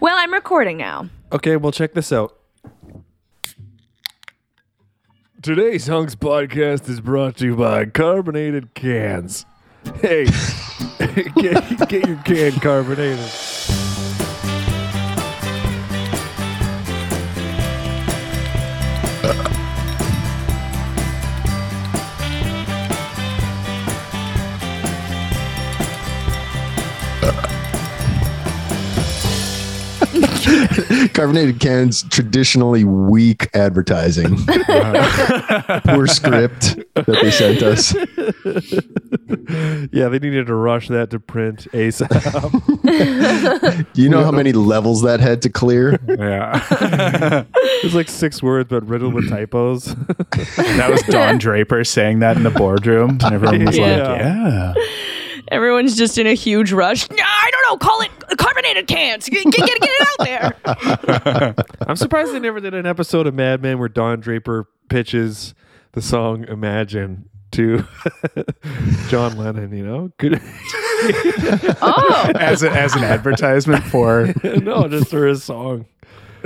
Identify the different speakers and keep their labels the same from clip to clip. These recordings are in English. Speaker 1: Well, I'm recording now.
Speaker 2: Okay, well, check this out. Today's Hunks podcast is brought to you by Carbonated Cans. Hey, get, get your can carbonated.
Speaker 3: Carbonated cans traditionally weak advertising. Poor script that they sent us.
Speaker 2: Yeah, they needed to rush that to print ASAP.
Speaker 3: Do you know how many levels that had to clear?
Speaker 4: Yeah.
Speaker 2: it's like six words, but riddled with typos.
Speaker 4: that was Don Draper saying that in the boardroom. And everyone was like,
Speaker 2: Yeah.
Speaker 4: yeah.
Speaker 1: Everyone's just in a huge rush. Nah, I don't know. Call it carbonated cans. Get, get, get, get it out there.
Speaker 2: I'm surprised they never did an episode of Mad Men where Don Draper pitches the song Imagine to John Lennon, you know? Could,
Speaker 1: Oh,
Speaker 4: As, a, as an advertisement for
Speaker 2: no, just for his song.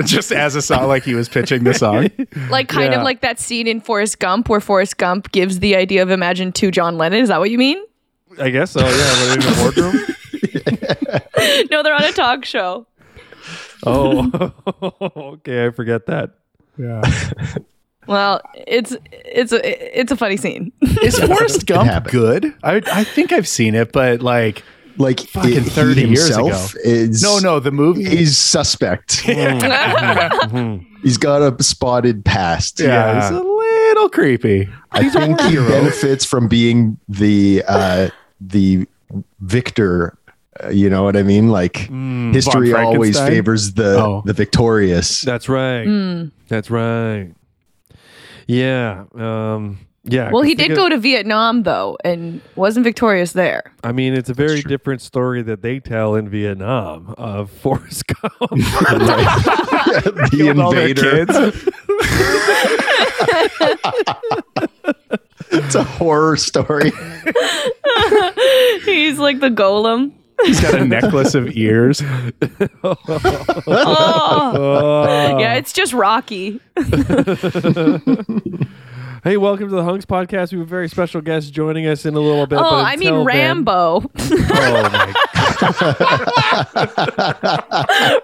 Speaker 4: just as a song, like he was pitching the song.
Speaker 1: like kind of
Speaker 2: Yeah.
Speaker 1: like that scene in Forrest Gump where Forrest Gump gives the idea of Imagine to John Lennon. Is that what you mean?
Speaker 2: I guess so, yeah. But in the boardroom?
Speaker 1: No, they're on a talk show.
Speaker 2: Oh, okay. I forget that.
Speaker 4: Yeah.
Speaker 1: Well, it's it's a it's a funny scene.
Speaker 4: Is Forrest Gump
Speaker 3: happened.
Speaker 4: good? I, I think I've seen it, but like,
Speaker 3: Like
Speaker 4: Fucking 30
Speaker 3: he
Speaker 4: years
Speaker 3: himself
Speaker 4: ago.
Speaker 3: Is,
Speaker 4: no, no, the movie.
Speaker 3: He's suspect.
Speaker 1: yeah,
Speaker 2: Mm-hmm.
Speaker 3: he's got a spotted past.
Speaker 4: yeah, it's a little creepy.
Speaker 3: I think he benefits from being the uh, the victor. uh, you know what I mean? Like history
Speaker 4: Mm, Von
Speaker 3: always
Speaker 4: Frankenstein?
Speaker 3: favors the
Speaker 4: Oh.
Speaker 3: the victorious.
Speaker 2: That's right.
Speaker 1: Hmm.
Speaker 2: That's right. Yeah. Um, yeah.
Speaker 1: well, he
Speaker 2: Think
Speaker 1: did
Speaker 2: of-
Speaker 1: go to Vietnam though, and wasn't victorious there.
Speaker 2: I mean, it's a very different story that they tell in Vietnam of Forrest Gump.
Speaker 3: the
Speaker 4: With all their
Speaker 3: invader.
Speaker 4: kids.
Speaker 3: It's a horror story.
Speaker 1: He's like the golem.
Speaker 4: He's got a necklace of ears.
Speaker 1: Oh,
Speaker 2: Oh.
Speaker 1: yeah, it's just Rocky.
Speaker 2: Hey, welcome to the Hunks podcast. We have a very special guest joining us in a little bit.
Speaker 1: Oh,
Speaker 2: but
Speaker 1: I mean
Speaker 2: until then-
Speaker 1: Rambo.
Speaker 2: Oh, my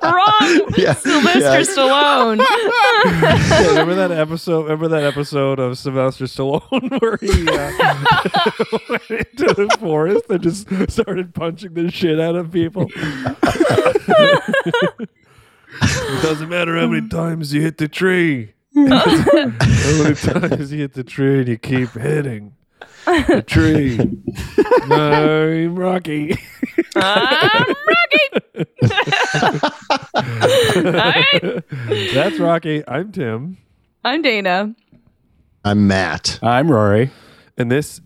Speaker 1: Wrong. Sylvester
Speaker 3: Yeah.
Speaker 1: Stallone.
Speaker 2: God. Remember that episode? Remember that episode of Sylvester Stallone where he uh, went into the forest and just started punching the shit out of people? it doesn't matter how many times you hit the tree. how many times you hit the tree and you keep hitting the tree. No, I'm Rocky.
Speaker 1: I'm Rocky. All right.
Speaker 2: That's Rocky. I'm Tim.
Speaker 1: I'm Dana.
Speaker 3: I'm Matt.
Speaker 4: I'm Rory.
Speaker 2: And this,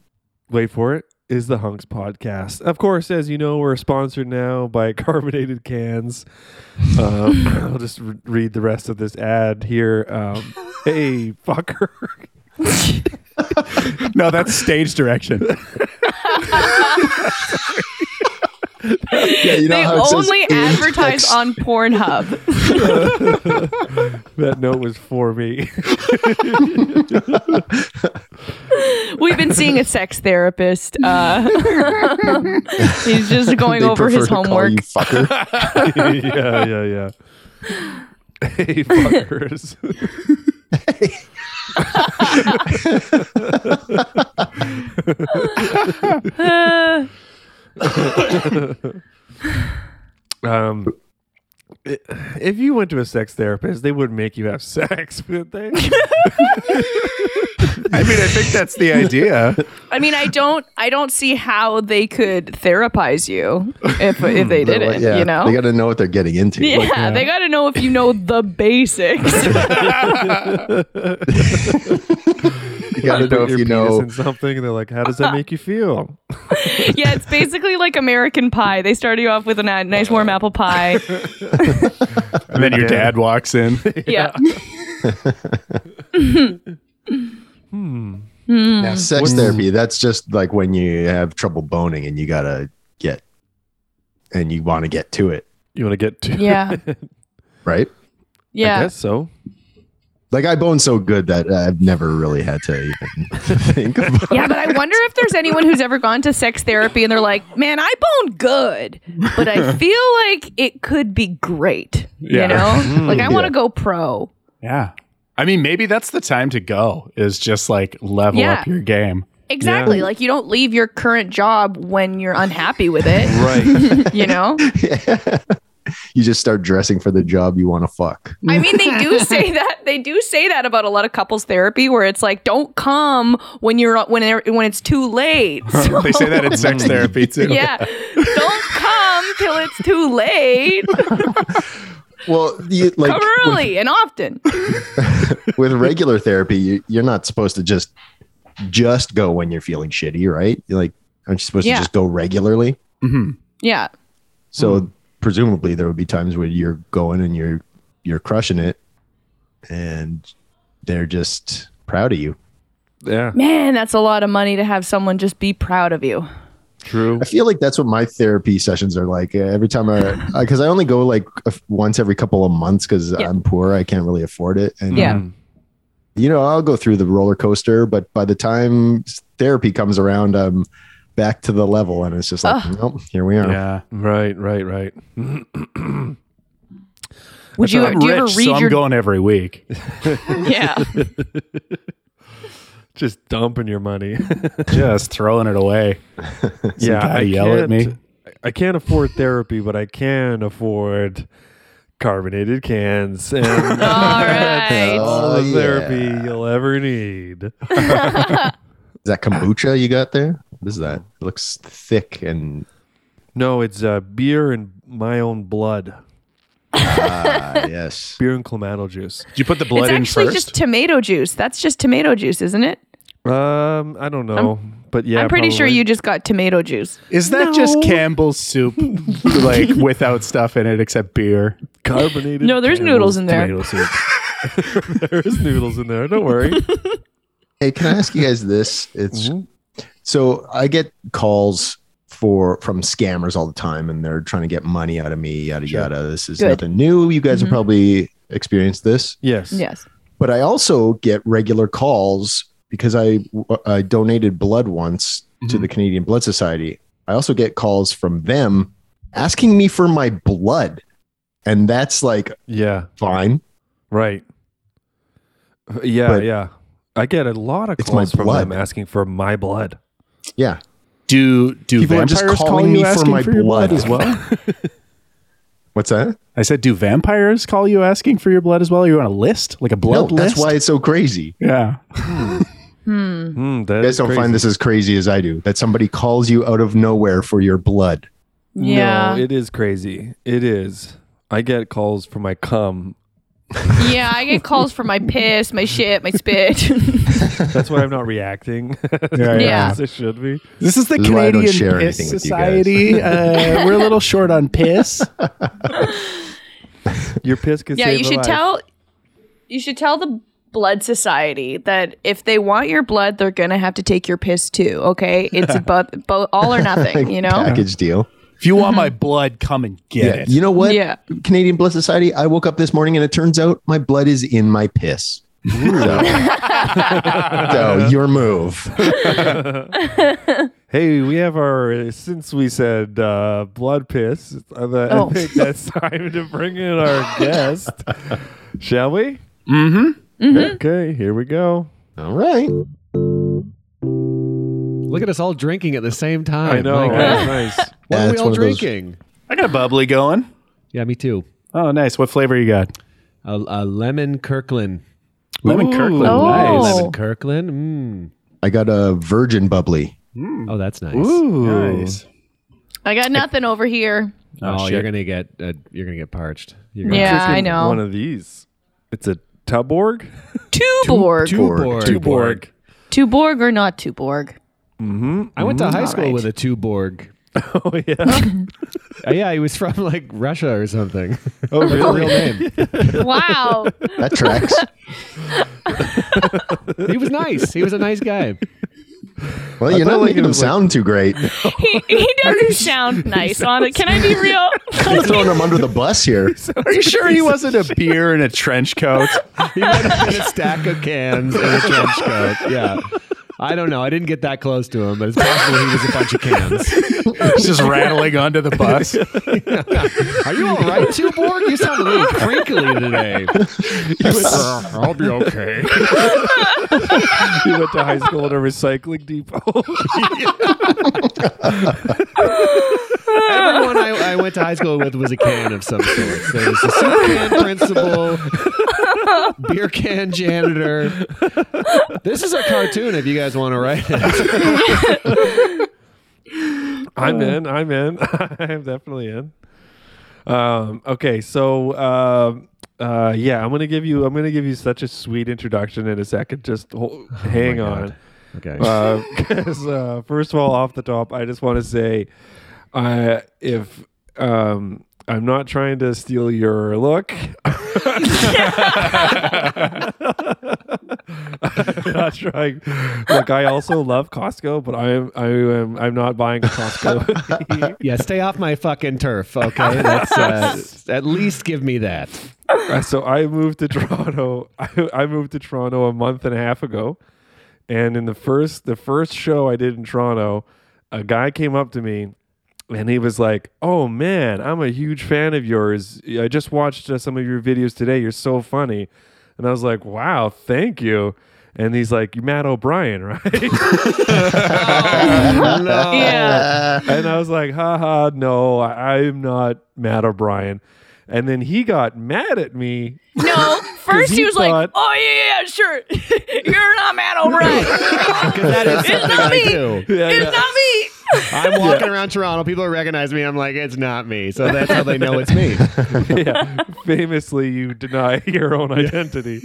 Speaker 2: wait for it, is the Hunks podcast. Of course, as you know, we're sponsored now by Carbonated Cans. Um, I'll just re- read the rest of this ad here. Um, hey, fucker.
Speaker 4: No, that's stage direction.
Speaker 3: Yeah, you know
Speaker 1: they
Speaker 3: how it says
Speaker 1: only
Speaker 3: in
Speaker 1: advertise
Speaker 3: text?
Speaker 1: on Pornhub.
Speaker 2: That note was for me.
Speaker 1: We've been seeing a sex therapist. Uh, he's just going
Speaker 3: They
Speaker 1: over
Speaker 3: prefer
Speaker 1: his
Speaker 3: to call
Speaker 1: homework.
Speaker 3: you fucker.
Speaker 2: yeah, yeah, yeah. Hey, fuckers.
Speaker 1: Uh,
Speaker 2: Um, i- if you went to a sex therapist, they wouldn't make you have sex, would they?
Speaker 4: I mean, I think that's the idea.
Speaker 1: I mean, I don't, I don't see how they could therapize you if if they did it.
Speaker 3: yeah,
Speaker 1: you know,
Speaker 3: they got to know what they're getting into.
Speaker 1: yeah,
Speaker 3: Like,
Speaker 1: they got to know if you know the basics.
Speaker 3: you got to know
Speaker 2: Put
Speaker 3: if
Speaker 2: your
Speaker 3: you
Speaker 2: penis
Speaker 3: know.
Speaker 2: in something, and they're like, "How does that make you feel?"
Speaker 1: yeah, it's basically like American Pie. They start you off with a ni- nice warm apple pie.
Speaker 4: And then your dad walks in.
Speaker 1: Yeah.
Speaker 3: Yeah, sex therapy. That's just like when you have trouble boning and you got to get, and you want to get to it.
Speaker 2: you want to get to.
Speaker 1: Yeah.
Speaker 3: right?
Speaker 2: I
Speaker 1: Yeah.
Speaker 2: guess so.
Speaker 3: Like I bone so good that I've never really had to even think about
Speaker 1: Yeah, but I wonder if there's anyone who's ever gone to sex therapy and they're like, "Man, I bone good, but I feel like it could be great."
Speaker 4: Yeah.
Speaker 1: You know, like I want
Speaker 3: Yeah.
Speaker 1: to go pro.
Speaker 4: Yeah. I mean, maybe that's the time to go is just like level
Speaker 1: Yeah.
Speaker 4: up your game.
Speaker 1: Exactly. Like you don't leave your current job when you're unhappy with it.
Speaker 2: Right.
Speaker 1: You know,
Speaker 3: you just start dressing for the job you want to fuck.
Speaker 1: I mean, they do say that. They do say that about a lot of couples therapy, where it's like, "Don't come when you're when they're- when it's too late." So,
Speaker 4: they say that in sex therapy too.
Speaker 1: yeah, don't come till it's too late.
Speaker 3: Well, you, like
Speaker 1: Come early and often.
Speaker 3: with regular therapy, you, you're not supposed to just just go when you're feeling shitty, right? You're like, aren't you supposed
Speaker 1: Yeah.
Speaker 3: to just go regularly?
Speaker 4: Mm-hmm.
Speaker 1: Yeah.
Speaker 3: So
Speaker 1: Mm-hmm.
Speaker 3: presumably there would be times where you're going and you're you're crushing it, and they're just proud of you.
Speaker 2: yeah.
Speaker 1: Man, that's a lot of money to have someone just be proud of
Speaker 4: Mm-hmm.
Speaker 1: you.
Speaker 2: True.
Speaker 3: I feel like that's what my therapy sessions are like. Uh, every time I, because I only go like a f- once every couple of months because
Speaker 1: Yeah.
Speaker 3: I'm poor, I can't really afford it. And
Speaker 1: Yeah.
Speaker 3: you know, I'll go through the roller coaster, but by the time s- therapy comes around, I'm back to the level, and it's just like, nope, here we are.
Speaker 4: Yeah.
Speaker 2: Right. Right. Right.
Speaker 1: Would you,
Speaker 4: I'm
Speaker 1: do you
Speaker 4: rich,
Speaker 1: ever read
Speaker 4: so I'm
Speaker 1: your
Speaker 4: going every week.
Speaker 1: yeah?
Speaker 2: Just dumping your money.
Speaker 4: just throwing it away.
Speaker 2: yeah.
Speaker 4: guy yell at me.
Speaker 2: can't- I can't afford therapy, but I can afford carbonated cans and uh,
Speaker 1: All
Speaker 2: that's
Speaker 1: right.
Speaker 2: all the
Speaker 3: Oh,
Speaker 2: therapy you'll ever need.
Speaker 3: Is that kombucha you got there? What is that? It looks thick and
Speaker 2: No, it's uh, beer and my own blood.
Speaker 3: ah, yes.
Speaker 2: Beer and clamato juice.
Speaker 4: Did you put the
Speaker 1: It's
Speaker 4: blood in
Speaker 1: actually
Speaker 4: first?
Speaker 1: just tomato juice. That's just tomato juice, isn't it?
Speaker 2: Um, I don't know, but yeah,
Speaker 1: I'm pretty sure
Speaker 2: probably.
Speaker 1: you just got tomato juice.
Speaker 4: Is that just Campbell's soup, like without stuff in it except beer?
Speaker 2: carbonated.
Speaker 1: No, there's noodles
Speaker 2: Campbell's
Speaker 1: in there.
Speaker 2: Tomato soup. there's noodles in there. Don't worry. Mm-hmm.
Speaker 3: Hey, can I ask you guys this? It's so I get calls for from scammers all the time, and they're trying to get money out of me, yada yada. This is
Speaker 1: Good.
Speaker 3: nothing new. You guys have probably experienced this,
Speaker 2: Yes.
Speaker 1: Yes.
Speaker 3: but I also get regular calls because I I donated blood once to the Canadian Blood Society. I also get calls from them asking me for my blood, and that's like
Speaker 2: Yeah.
Speaker 3: fine.
Speaker 2: Right. Uh, Yeah.
Speaker 3: But-
Speaker 2: yeah. I get a lot of
Speaker 3: It's my
Speaker 2: calls from them
Speaker 3: blood.
Speaker 2: asking for my blood.
Speaker 3: Yeah,
Speaker 4: Do do
Speaker 3: People are
Speaker 4: vampires
Speaker 3: just
Speaker 4: call
Speaker 3: calling
Speaker 4: you
Speaker 3: me for
Speaker 4: asking
Speaker 3: my
Speaker 4: your blood,
Speaker 3: blood.
Speaker 4: as well?
Speaker 3: what's that?
Speaker 4: I said, do vampires call you asking for your blood as well? Are you on a list, like a blood
Speaker 3: no,
Speaker 4: list?
Speaker 3: that's why it's so crazy.
Speaker 4: Yeah.
Speaker 1: Hmm.
Speaker 2: Mm, that
Speaker 3: You
Speaker 2: is
Speaker 3: guys don't
Speaker 2: crazy.
Speaker 3: find this as crazy as I do. That somebody calls you out of nowhere for your blood.
Speaker 1: Yeah.
Speaker 2: No, it is crazy. It is. I get calls for my cum.
Speaker 1: yeah, I get calls for my piss, my shit, my spit.
Speaker 2: That's why I'm not reacting.
Speaker 4: Yeah,
Speaker 1: yeah.
Speaker 2: As it should be.
Speaker 4: This is the
Speaker 3: This is why I don't
Speaker 4: Canadian
Speaker 3: share
Speaker 4: Piss
Speaker 3: anything with you
Speaker 4: Society. uh, we're a little short on piss.
Speaker 2: Your piss can
Speaker 1: yeah,
Speaker 2: save
Speaker 1: you
Speaker 2: a
Speaker 1: should
Speaker 2: life.
Speaker 1: tell you should tell the blood society that if they want your blood, they're going to have to take your piss too, okay? It's bo- bo- all or nothing, you know?
Speaker 3: Package deal.
Speaker 4: If you want my blood, come and get it.
Speaker 3: You know what?
Speaker 1: Yeah.
Speaker 3: Canadian Blood Society. I woke up this morning and it turns out my blood is in my piss. So, so your move.
Speaker 2: Hey, we have our uh, since we said uh, blood piss. uh, the-
Speaker 1: Oh.
Speaker 2: I think that's time to bring in our guest. Shall we? Mm-hmm. Okay, here we go.
Speaker 3: All right.
Speaker 5: Look at us all drinking at the same time.
Speaker 2: I know.
Speaker 5: My God.
Speaker 2: That's nice.
Speaker 5: What
Speaker 3: Yeah,
Speaker 5: are we
Speaker 3: it's
Speaker 5: all
Speaker 3: one of those-
Speaker 5: drinking?
Speaker 4: I got a bubbly going.
Speaker 5: Yeah, me too.
Speaker 4: Oh, nice. What flavor you got?
Speaker 5: A, a lemon Kirkland.
Speaker 4: Lemon Kirkland.
Speaker 1: Oh.
Speaker 4: Nice.
Speaker 5: Lemon Kirkland.
Speaker 3: I got a virgin bubbly.
Speaker 5: Mm. Oh, that's nice.
Speaker 2: Ooh.
Speaker 4: Nice.
Speaker 1: I got nothing over here.
Speaker 5: Oh,
Speaker 4: Oh,
Speaker 5: you're
Speaker 4: shit.
Speaker 5: gonna get uh, you're gonna get parched. You're gonna
Speaker 1: Yeah,
Speaker 2: Drinking
Speaker 1: I know.
Speaker 2: One of these. It's a Tuborg.
Speaker 1: Tuborg.
Speaker 5: Tuborg.
Speaker 2: Tuborg.
Speaker 1: Tuborg or not Tuborg?
Speaker 5: I went to high school
Speaker 1: right.
Speaker 5: with a Tuborg.
Speaker 2: Oh yeah.
Speaker 5: Uh, yeah, he was from like Russia or something.
Speaker 2: oh
Speaker 5: Real
Speaker 2: really?
Speaker 5: name.
Speaker 1: Wow.
Speaker 3: That tracks.
Speaker 5: He was nice. He was a nice guy.
Speaker 3: Well,
Speaker 2: I
Speaker 3: you're
Speaker 2: thought,
Speaker 3: not
Speaker 2: like,
Speaker 3: making
Speaker 2: it
Speaker 3: them
Speaker 2: was, like-
Speaker 3: sound too great.
Speaker 1: He, he doesn't sound nice on it. Can I be real?
Speaker 3: Kind of throwing them under the bus here.
Speaker 4: Are you sure he wasn't a beer in a trench coat?
Speaker 5: He might have been a stack of cans and a trench coat. Yeah. I don't know. I didn't get that close to him, but it's possible he was a bunch of cans.
Speaker 4: He's just rattling onto the bus.
Speaker 5: Are you all right, Tuborg? You sound a little crinkly today.
Speaker 4: I'll be okay.
Speaker 2: he went to high school at a recycling depot.
Speaker 5: Everyone I, I went to high school with was a can of some sort. There was a soup can principal, beer can janitor. This is a cartoon if you guys want to write it.
Speaker 2: I'm in. I'm in. I'm definitely in. Um, okay, so um, uh, yeah, I'm gonna give you. I'm gonna give you such a sweet introduction in a second. Just hol- hang on.
Speaker 5: Okay.
Speaker 2: Because uh, first of all, off the top, I just want to say, uh, if um, I'm not trying to steal your look, I'm not trying. Look, I also love Costco, but I am I am I'm not buying a Costco.
Speaker 5: yeah, stay off my fucking turf, okay? That's, uh, at least give me that.
Speaker 2: Uh, so I moved to Toronto. I, I moved to Toronto a month and a half ago, and in the first the first show I did in Toronto, a guy came up to me. And he was like, "Oh man, I'm a huge fan of yours. I just watched uh, some of your videos today. You're so funny." And I was like, "Wow, thank you." And he's like, "You're Matt O'Brien, right?"
Speaker 1: yeah.
Speaker 2: and I was like, "Ha ha, no, I, I'm not Matt O'Brien." And then he got mad at me
Speaker 1: No. First,
Speaker 2: he
Speaker 1: he, was
Speaker 2: thought-
Speaker 1: like, "Oh yeah, yeah, sure. You're not Matt O'Brien.
Speaker 5: That is
Speaker 1: It's
Speaker 5: something
Speaker 1: not
Speaker 5: I
Speaker 1: me.
Speaker 5: do.
Speaker 2: Yeah,
Speaker 1: it's
Speaker 2: yeah.
Speaker 1: not me."
Speaker 5: I'm walking around Toronto. People recognize me. I'm like, it's not me. So that's how they know it's me.
Speaker 2: yeah. Famously, you deny your own identity.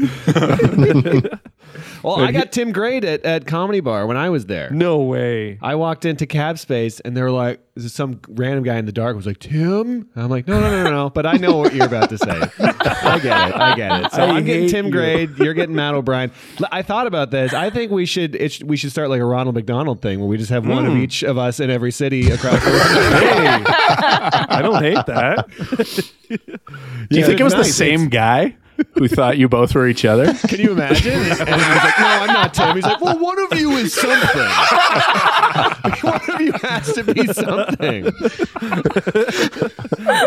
Speaker 5: Well, I got Tim Grade at, at Comedy Bar when I was there.
Speaker 2: No way.
Speaker 5: I walked into Cab Space and they were like, this is some random guy in the dark was like, Tim? And I'm like, no, no, no, no, no. But I know what you're about to say. I get it. I get it. So
Speaker 2: I
Speaker 5: I am getting
Speaker 2: hate
Speaker 5: Tim
Speaker 2: you.
Speaker 5: Grade. You're getting Matt O'Brien. L- I thought about this. I think we should it sh- we should start like a Ronald McDonald thing where we just have one
Speaker 2: Hmm.
Speaker 5: of each of us in every city across the
Speaker 2: Hey, I don't hate that.
Speaker 4: Do you think it was the
Speaker 5: nice.
Speaker 4: same guy who thought you both were each other?
Speaker 5: Can you imagine? And he's like, no, I'm not Tim. He's like, well, one of you is something. one of you has to be something.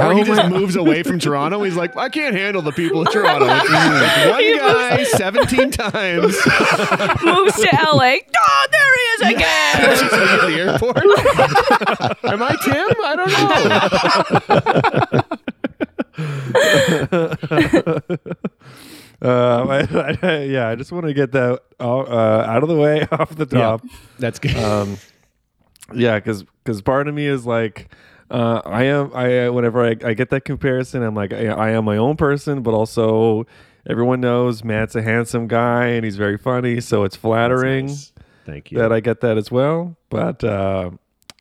Speaker 5: or he just moves away from Toronto. He's like, I can't handle the people of Toronto. Like, one guy 17 times
Speaker 1: Moves to LA. Oh, there he is again.
Speaker 5: He's like, at the airport. Am I Tim? I don't know.
Speaker 2: Uh, I- I- yeah, I just want to get that out, uh, out of the way off the top.
Speaker 5: That's good.
Speaker 2: Um, Yeah, because part of me is like, uh, I am. I whenever I, I get that comparison, I'm like, I, I am my own person, but also everyone knows Matt's a handsome guy and he's very funny, so it's flattering
Speaker 5: Thank you.
Speaker 2: that I get that as well. But uh,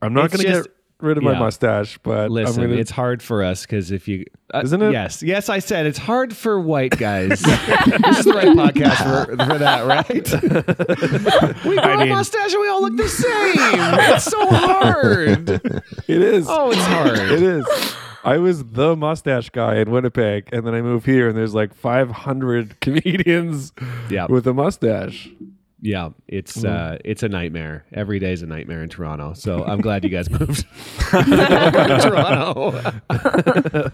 Speaker 2: I'm not
Speaker 5: It's
Speaker 2: going to get
Speaker 5: just-
Speaker 2: rid of my
Speaker 5: yeah.
Speaker 2: mustache. But
Speaker 5: Listen,
Speaker 2: I'm gonna,
Speaker 5: it's hard for us because if you, uh,
Speaker 2: Isn't it?
Speaker 5: Yes, yes, I said it's hard for white guys. this is the right podcast for, for that, right? we grow
Speaker 4: mean-
Speaker 5: a mustache and we all look the same. It's so hard.
Speaker 2: it is.
Speaker 5: Oh, it's hard.
Speaker 2: it is. I was the mustache guy in Winnipeg, and then I moved here, and there's like 500 comedians
Speaker 5: Yeah.
Speaker 2: with Mm-hmm. a mustache.
Speaker 5: Yeah, it's uh, it's a nightmare. Every day is a nightmare in Toronto. So I'm glad you guys moved. Welcome to Toronto.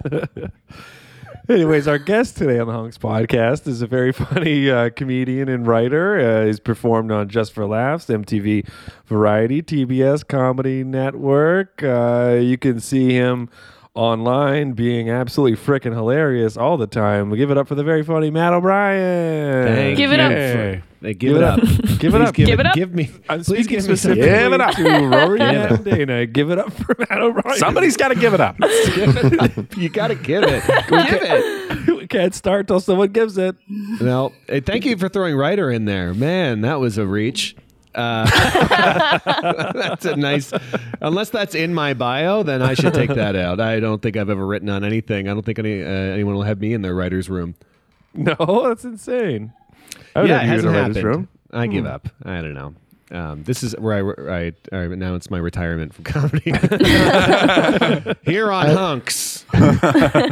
Speaker 2: Anyways, our guest today on the Honks podcast is a very funny uh, comedian and writer. Uh, he's performed on Just for Laughs, MTV Variety, TBS Comedy Network. Uh, you can see him online being absolutely freaking hilarious all the time. We give it up for the very funny Matt O'Brien.
Speaker 5: Thank
Speaker 1: Give it up.
Speaker 5: you
Speaker 2: Hey.
Speaker 5: for- uh, give, it up.
Speaker 2: give it
Speaker 5: Please
Speaker 2: up.
Speaker 1: Give it up.
Speaker 5: Give me.
Speaker 2: I'm
Speaker 5: please
Speaker 2: Uh, speaking
Speaker 5: give me some.
Speaker 2: specifically to Rory Mandana. Give it up for Matt O'Brien.
Speaker 4: Somebody's got to give it up.
Speaker 5: You gotta give it. give it.
Speaker 2: we can't start till someone gives it.
Speaker 5: No, hey, thank you for throwing writer in there, man. That was a reach. Uh, that's a nice. Unless that's in my bio, then I should take that out. I don't think I've ever written on anything. I don't think any uh, anyone will have me in their writers room.
Speaker 2: No, that's insane. I would
Speaker 5: yeah,
Speaker 2: have
Speaker 5: it
Speaker 2: Oh, you in a
Speaker 5: hasn't
Speaker 2: writer's
Speaker 5: happened.
Speaker 2: room. Hmm.
Speaker 5: I give up. I don't know. Um, this is where I, I, I announce my retirement from comedy. Here on Hunks,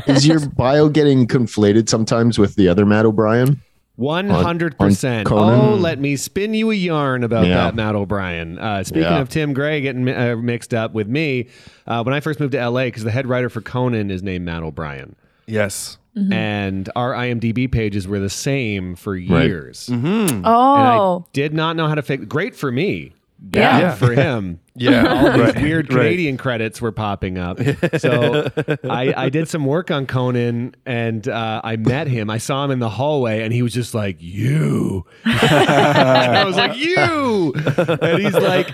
Speaker 3: Is your bio getting conflated sometimes with the other Matt O'Brien?
Speaker 5: one hundred percent.
Speaker 3: on Conan?
Speaker 5: Oh, let me spin you a yarn about
Speaker 3: Yeah.
Speaker 5: that, Matt O'Brien. Uh, speaking
Speaker 3: Yeah.
Speaker 5: of Tim Gray getting mi- uh, mixed up with me, uh, when I first moved to LA, because the head writer for Conan is named Matt O'Brien.
Speaker 2: Yes.
Speaker 5: and our IMDb pages were the same for years. And I
Speaker 1: Oh,
Speaker 5: did not know how to fix. Great for me,
Speaker 1: yeah.
Speaker 5: bad for him.
Speaker 2: Yeah.
Speaker 5: All these
Speaker 2: Right.
Speaker 5: weird
Speaker 2: Right.
Speaker 5: Canadian credits were popping up. So I, I did some work on Conan and uh, I met him. I saw him in the hallway and he was just like, You. I was like, You. And he's like,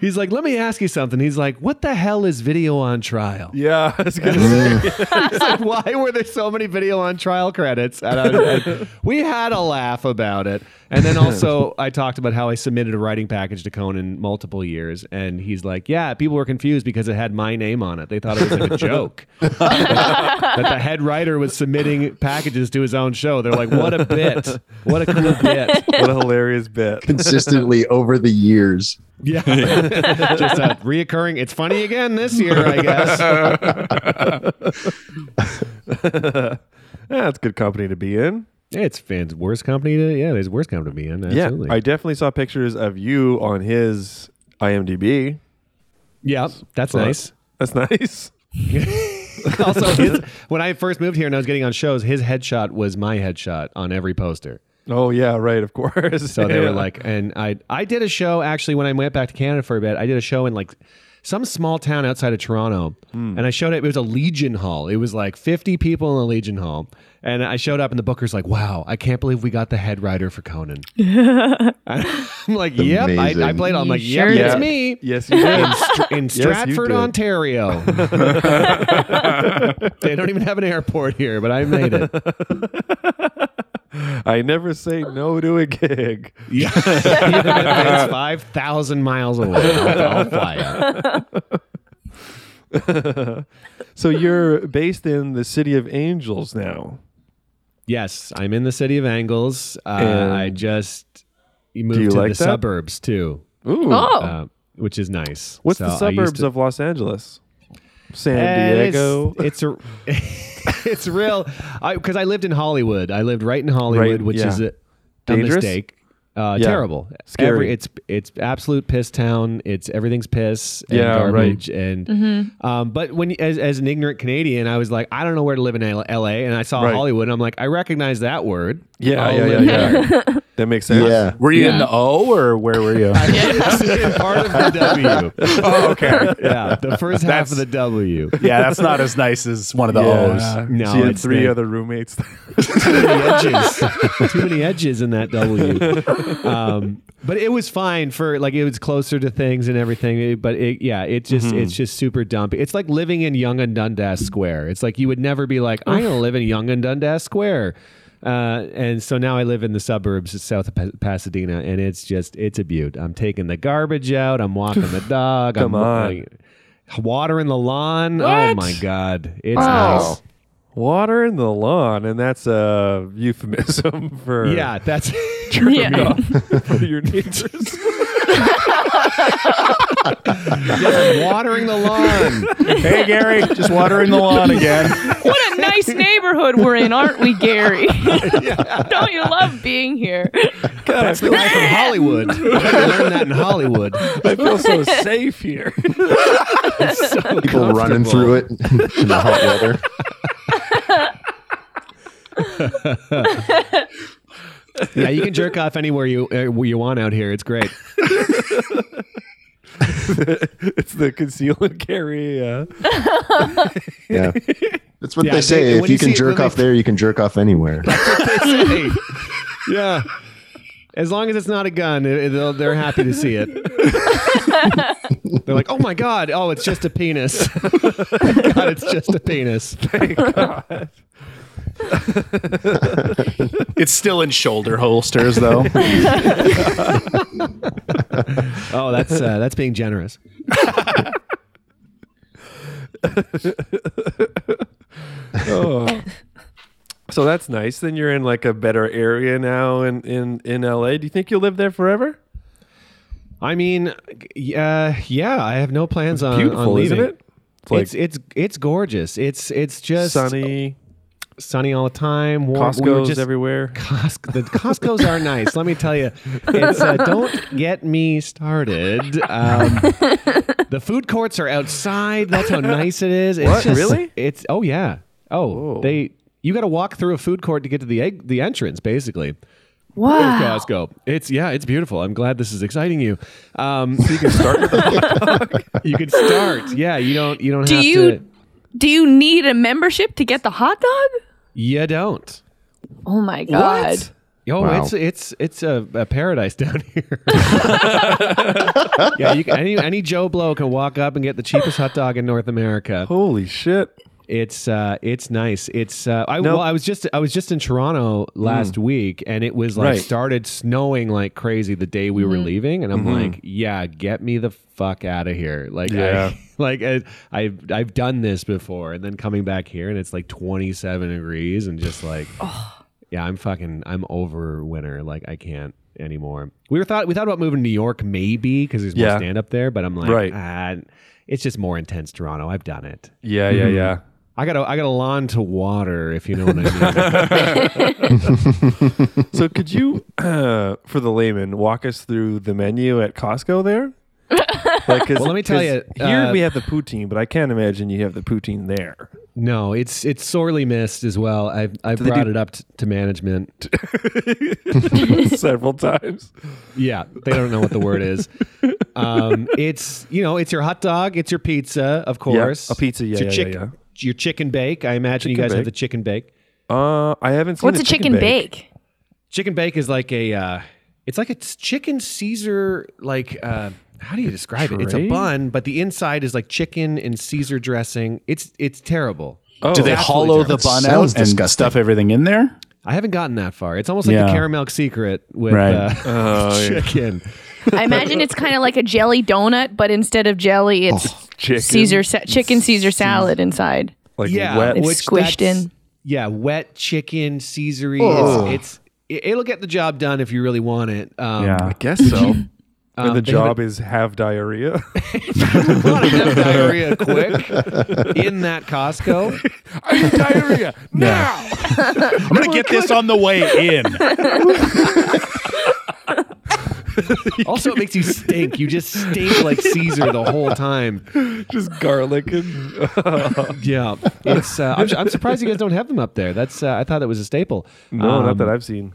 Speaker 5: He's like, Let me ask you something. He's like, What the hell is video on trial?
Speaker 2: Yeah. I was gonna say.
Speaker 5: It's like, why were there so many video on trial credits? And I was like, we had a laugh about it. And then also, I talked about how I submitted a writing package to Conan multiple years. And he's like, yeah, people were confused because it had my name on it. They thought it was like a joke that the head writer was submitting packages to his own show. They're like, what a bit. What a cool bit.
Speaker 2: what a hilarious bit.
Speaker 3: Consistently over the years.
Speaker 5: Yeah. Just a reoccurring. It's funny again this year, I guess.
Speaker 2: That's good company to be in.
Speaker 5: It's fans' worst company to, yeah, it's worst company to be in. Absolutely.
Speaker 2: Yeah. I definitely saw pictures of you on his IMDb.
Speaker 5: yeah, that's nice.
Speaker 2: That's nice.
Speaker 5: also, his, when I first moved here and I was getting on shows, his headshot was my headshot on every poster.
Speaker 2: Oh yeah, right. Of course.
Speaker 5: So they
Speaker 2: Yeah.
Speaker 5: were like, and I I did a show actually when I went back to Canada for a bit. I did a show in like some small town outside of Toronto,
Speaker 1: Hmm.
Speaker 5: and I showed up. It was a Legion Hall. It was like fifty people in a Legion Hall, and I showed up, and the booker's like, "Wow, I can't believe we got the head writer for Conan." I'm like, "Yep,
Speaker 3: Amazing.
Speaker 5: I, I played." I'm like,
Speaker 1: You
Speaker 5: "Yep,
Speaker 1: sure
Speaker 5: it's
Speaker 1: did.
Speaker 5: me."
Speaker 2: Yes, you did.
Speaker 5: in, Str- in
Speaker 2: you
Speaker 5: Stratford,
Speaker 2: did.
Speaker 5: Ontario. they don't even have an airport here, but I made it.
Speaker 2: I never say no to a gig.
Speaker 5: Yeah. even if it's 5,000 miles away, I'll, I'll fly out.
Speaker 2: So you're based in the city of Angels now.
Speaker 5: Yes, I'm in the city of Angles. Uh,
Speaker 2: And
Speaker 5: I just you moved
Speaker 2: you
Speaker 5: to
Speaker 2: like
Speaker 5: the
Speaker 2: that?
Speaker 5: suburbs too,
Speaker 2: Ooh.
Speaker 1: oh,
Speaker 5: uh, which is nice.
Speaker 2: What's
Speaker 5: So
Speaker 2: the
Speaker 5: I used
Speaker 2: suburbs
Speaker 5: to-
Speaker 2: of Los Angeles? San
Speaker 5: And it's-
Speaker 2: Diego.
Speaker 5: It's, a, it's real. Because I, lived in Hollywood. I lived right in Hollywood,
Speaker 2: Right,
Speaker 5: which
Speaker 2: yeah.
Speaker 5: is a, a
Speaker 2: Dangerous?
Speaker 5: mistake. Uh,
Speaker 2: Yeah.
Speaker 5: Terrible.
Speaker 2: Scary.
Speaker 5: it's it's absolute piss town. It's everything's piss. And
Speaker 2: Yeah, right.
Speaker 5: garbage And um, but when as, as an ignorant Canadian, I was like, I don't know where to live in L- L.A. And I saw
Speaker 2: Right.
Speaker 5: Hollywood. And I'm like, I recognize that word.
Speaker 2: yeah,
Speaker 5: I'll
Speaker 2: yeah, yeah,
Speaker 5: live there.
Speaker 2: yeah. that makes sense.
Speaker 3: Yeah.
Speaker 4: Were you in the O or where were you?
Speaker 5: Part of the W.
Speaker 4: oh, okay.
Speaker 5: Yeah, the first half of the W.
Speaker 4: Yeah, that's not as nice as one of the
Speaker 2: Yeah.
Speaker 4: O's.
Speaker 5: No,
Speaker 2: she had
Speaker 5: it's
Speaker 2: three
Speaker 5: the-
Speaker 2: other roommates.
Speaker 5: too many edges. too many edges in that W. Um, but it was fine for like it was closer to things and everything. It- But it, yeah, it just
Speaker 2: Mm-hmm.
Speaker 5: it's just super dumpy. It's like living in Young and Dundas Square. It's like you would never be like I'm gonna live in Young and Dundas Square. Uh, and so now I live in the suburbs south of Pa- Pasadena, and it's just it's a beaut. I'm taking the garbage out. I'm walking the dog.
Speaker 2: Come
Speaker 5: I'm
Speaker 2: on.
Speaker 5: like, watering the lawn. Oh
Speaker 2: What?
Speaker 5: my god, it's nice.
Speaker 2: Water in the lawn, and that's a euphemism for
Speaker 5: Yeah, that's
Speaker 1: yeah.
Speaker 2: for your neighbors.
Speaker 5: Yes, watering the lawn.
Speaker 4: Hey, Gary, just watering the lawn again.
Speaker 1: What a nice neighborhood we're in, aren't we, Gary? Don't you love being here?
Speaker 5: That's the guy from Hollywood. You learned that in Hollywood.
Speaker 2: I feel so safe here.
Speaker 5: It's so
Speaker 3: People running through it in the hot weather.
Speaker 5: Yeah, you can jerk off anywhere you uh, where you want out here. It's great.
Speaker 2: it's the conceal and carry. Uh,
Speaker 3: Yeah. That's what
Speaker 5: Yeah,
Speaker 3: they
Speaker 5: they-
Speaker 3: say.
Speaker 5: when
Speaker 3: if you,
Speaker 5: you see
Speaker 3: can
Speaker 5: it,
Speaker 3: jerk
Speaker 5: when
Speaker 3: off
Speaker 5: they-
Speaker 3: there, you can jerk off anywhere.
Speaker 5: Hey, yeah. As long as it's not a gun, it- they'll- they're happy to see it. They're like, "Oh my god! Oh, it's just a penis. god, it's just a penis."
Speaker 4: It's still in shoulder holsters, though.
Speaker 5: Oh, that's uh, that's being generous.
Speaker 2: oh. So that's nice. Then you're in like a better area now in, in, in LA. Do you think you'll live there forever?
Speaker 5: I mean, yeah, yeah. I have no plans on
Speaker 2: Beautiful,
Speaker 5: on leaving.
Speaker 2: isn't it? It's like
Speaker 5: it's it's it's gorgeous. It's it's just
Speaker 2: sunny,
Speaker 5: sunny all the time. Warm.
Speaker 2: Costco's
Speaker 5: We were just-
Speaker 2: everywhere.
Speaker 5: Costco, the Costco's are nice. Let me tell you, it's, uh, don't get me started. Um, the food courts are outside. That's how nice it is. It's
Speaker 2: What?
Speaker 5: just-
Speaker 2: Really?
Speaker 5: It's oh yeah. Oh,
Speaker 2: Whoa.
Speaker 5: they you got to walk through a food court to get to the egg, the entrance, basically. There's
Speaker 1: Wow.
Speaker 5: Costco. It's yeah, it's beautiful. I'm glad this is exciting you. Um,
Speaker 2: You can start with the
Speaker 5: you can start. Yeah, you don't you don't
Speaker 1: Do
Speaker 5: have
Speaker 1: you-
Speaker 5: to.
Speaker 1: Do you need a membership to get the hot dog?
Speaker 5: You don't.
Speaker 1: Oh my god.
Speaker 5: Oh,
Speaker 3: Wow.
Speaker 5: it's it's it's a, a paradise down here. yeah, you can, any any Joe Blow can walk up and get the cheapest hot dog in North America.
Speaker 2: holy shit.
Speaker 5: It's uh, it's nice. It's uh, I
Speaker 2: Nope.
Speaker 5: well, I was just I was just in Toronto last week, and it was like
Speaker 2: Mm. Right.
Speaker 5: started snowing like crazy the day we were leaving, and I'm
Speaker 2: Mm-hmm.
Speaker 5: like, yeah, get me the fuck out of here. Like,
Speaker 2: Yeah.
Speaker 5: I, like I, I've I've done this before, and then coming back here, and it's like 27 degrees, and just like, yeah, I'm fucking I'm over winter. Like, I can't anymore. We were thought we thought about moving to New York maybe because there's
Speaker 2: Yeah.
Speaker 5: more stand up there, but I'm like,
Speaker 2: Right.
Speaker 5: ah, it's just more intense Toronto. I've done it.
Speaker 2: Yeah, yeah, yeah.
Speaker 5: I got a I got a lawn to water, if you know what I mean.
Speaker 2: So could you, uh, for the layman, walk us through the menu at Costco there? Like, 'cause-
Speaker 5: Well, let me tell
Speaker 2: 'cause
Speaker 5: you,
Speaker 2: Here
Speaker 5: uh,
Speaker 2: we have the poutine, but I can't imagine you have the poutine there.
Speaker 5: no, it's it's sorely missed as well. I I brought it up t- to management.
Speaker 2: Several times.
Speaker 5: yeah, they don't know what the word is. Um, it's you know it's your hot dog, it's your pizza, of course.
Speaker 2: a pizza, yeah,
Speaker 5: It's your
Speaker 2: yeah,
Speaker 5: chick-
Speaker 2: yeah, yeah.
Speaker 5: Your chicken bake. I imagine you
Speaker 2: Chicken
Speaker 5: guys
Speaker 2: bake.
Speaker 5: have the chicken bake.
Speaker 2: Uh, I haven't seen
Speaker 1: What's a chicken, bake?
Speaker 5: Chicken bake is like a uh, it's like a s- chicken Caesar like. Uh, how do you describe it? It's
Speaker 2: Tray?
Speaker 5: a bun, but the inside is like chicken and Caesar dressing. It's it's terrible.
Speaker 2: Oh,
Speaker 4: Do they
Speaker 5: That's really
Speaker 4: hollow the
Speaker 5: terrible.
Speaker 4: bun out
Speaker 3: Sounds
Speaker 4: and
Speaker 3: disgusting.
Speaker 4: stuff everything in there?
Speaker 5: I haven't gotten that far. It's almost like the
Speaker 4: Yeah.
Speaker 5: caramel secret with
Speaker 4: Right.
Speaker 5: uh,
Speaker 2: Oh, yeah.
Speaker 5: chicken.
Speaker 1: I imagine it's kind of like a jelly donut, but instead of jelly, it's
Speaker 2: chicken.
Speaker 1: Caesar sa- chicken Caesar salad inside.
Speaker 2: like
Speaker 5: yeah,
Speaker 2: wet.
Speaker 1: It's
Speaker 5: which
Speaker 1: squished
Speaker 5: that's-
Speaker 1: in.
Speaker 5: Yeah, wet chicken, Caesary.
Speaker 2: Oh.
Speaker 3: Ugh.
Speaker 5: It's, it's it, will get the job done if you really want it. Um,
Speaker 4: yeah.
Speaker 2: guess so.
Speaker 5: um,
Speaker 2: and the
Speaker 5: they have
Speaker 2: job is have diarrhea.
Speaker 5: a lot of them diarrhea quick in that Costco.
Speaker 2: diarrhea.
Speaker 4: I'm gonna get this on the way in.
Speaker 5: Also, it makes you stink. You just stink like Caesar the whole time.
Speaker 2: Just garlic and
Speaker 5: Yeah, it's. Uh, I'm, I'm surprised you guys don't have them up there. That's. Uh, I thought that was a staple.
Speaker 2: no,
Speaker 5: Um,
Speaker 2: not that I've seen.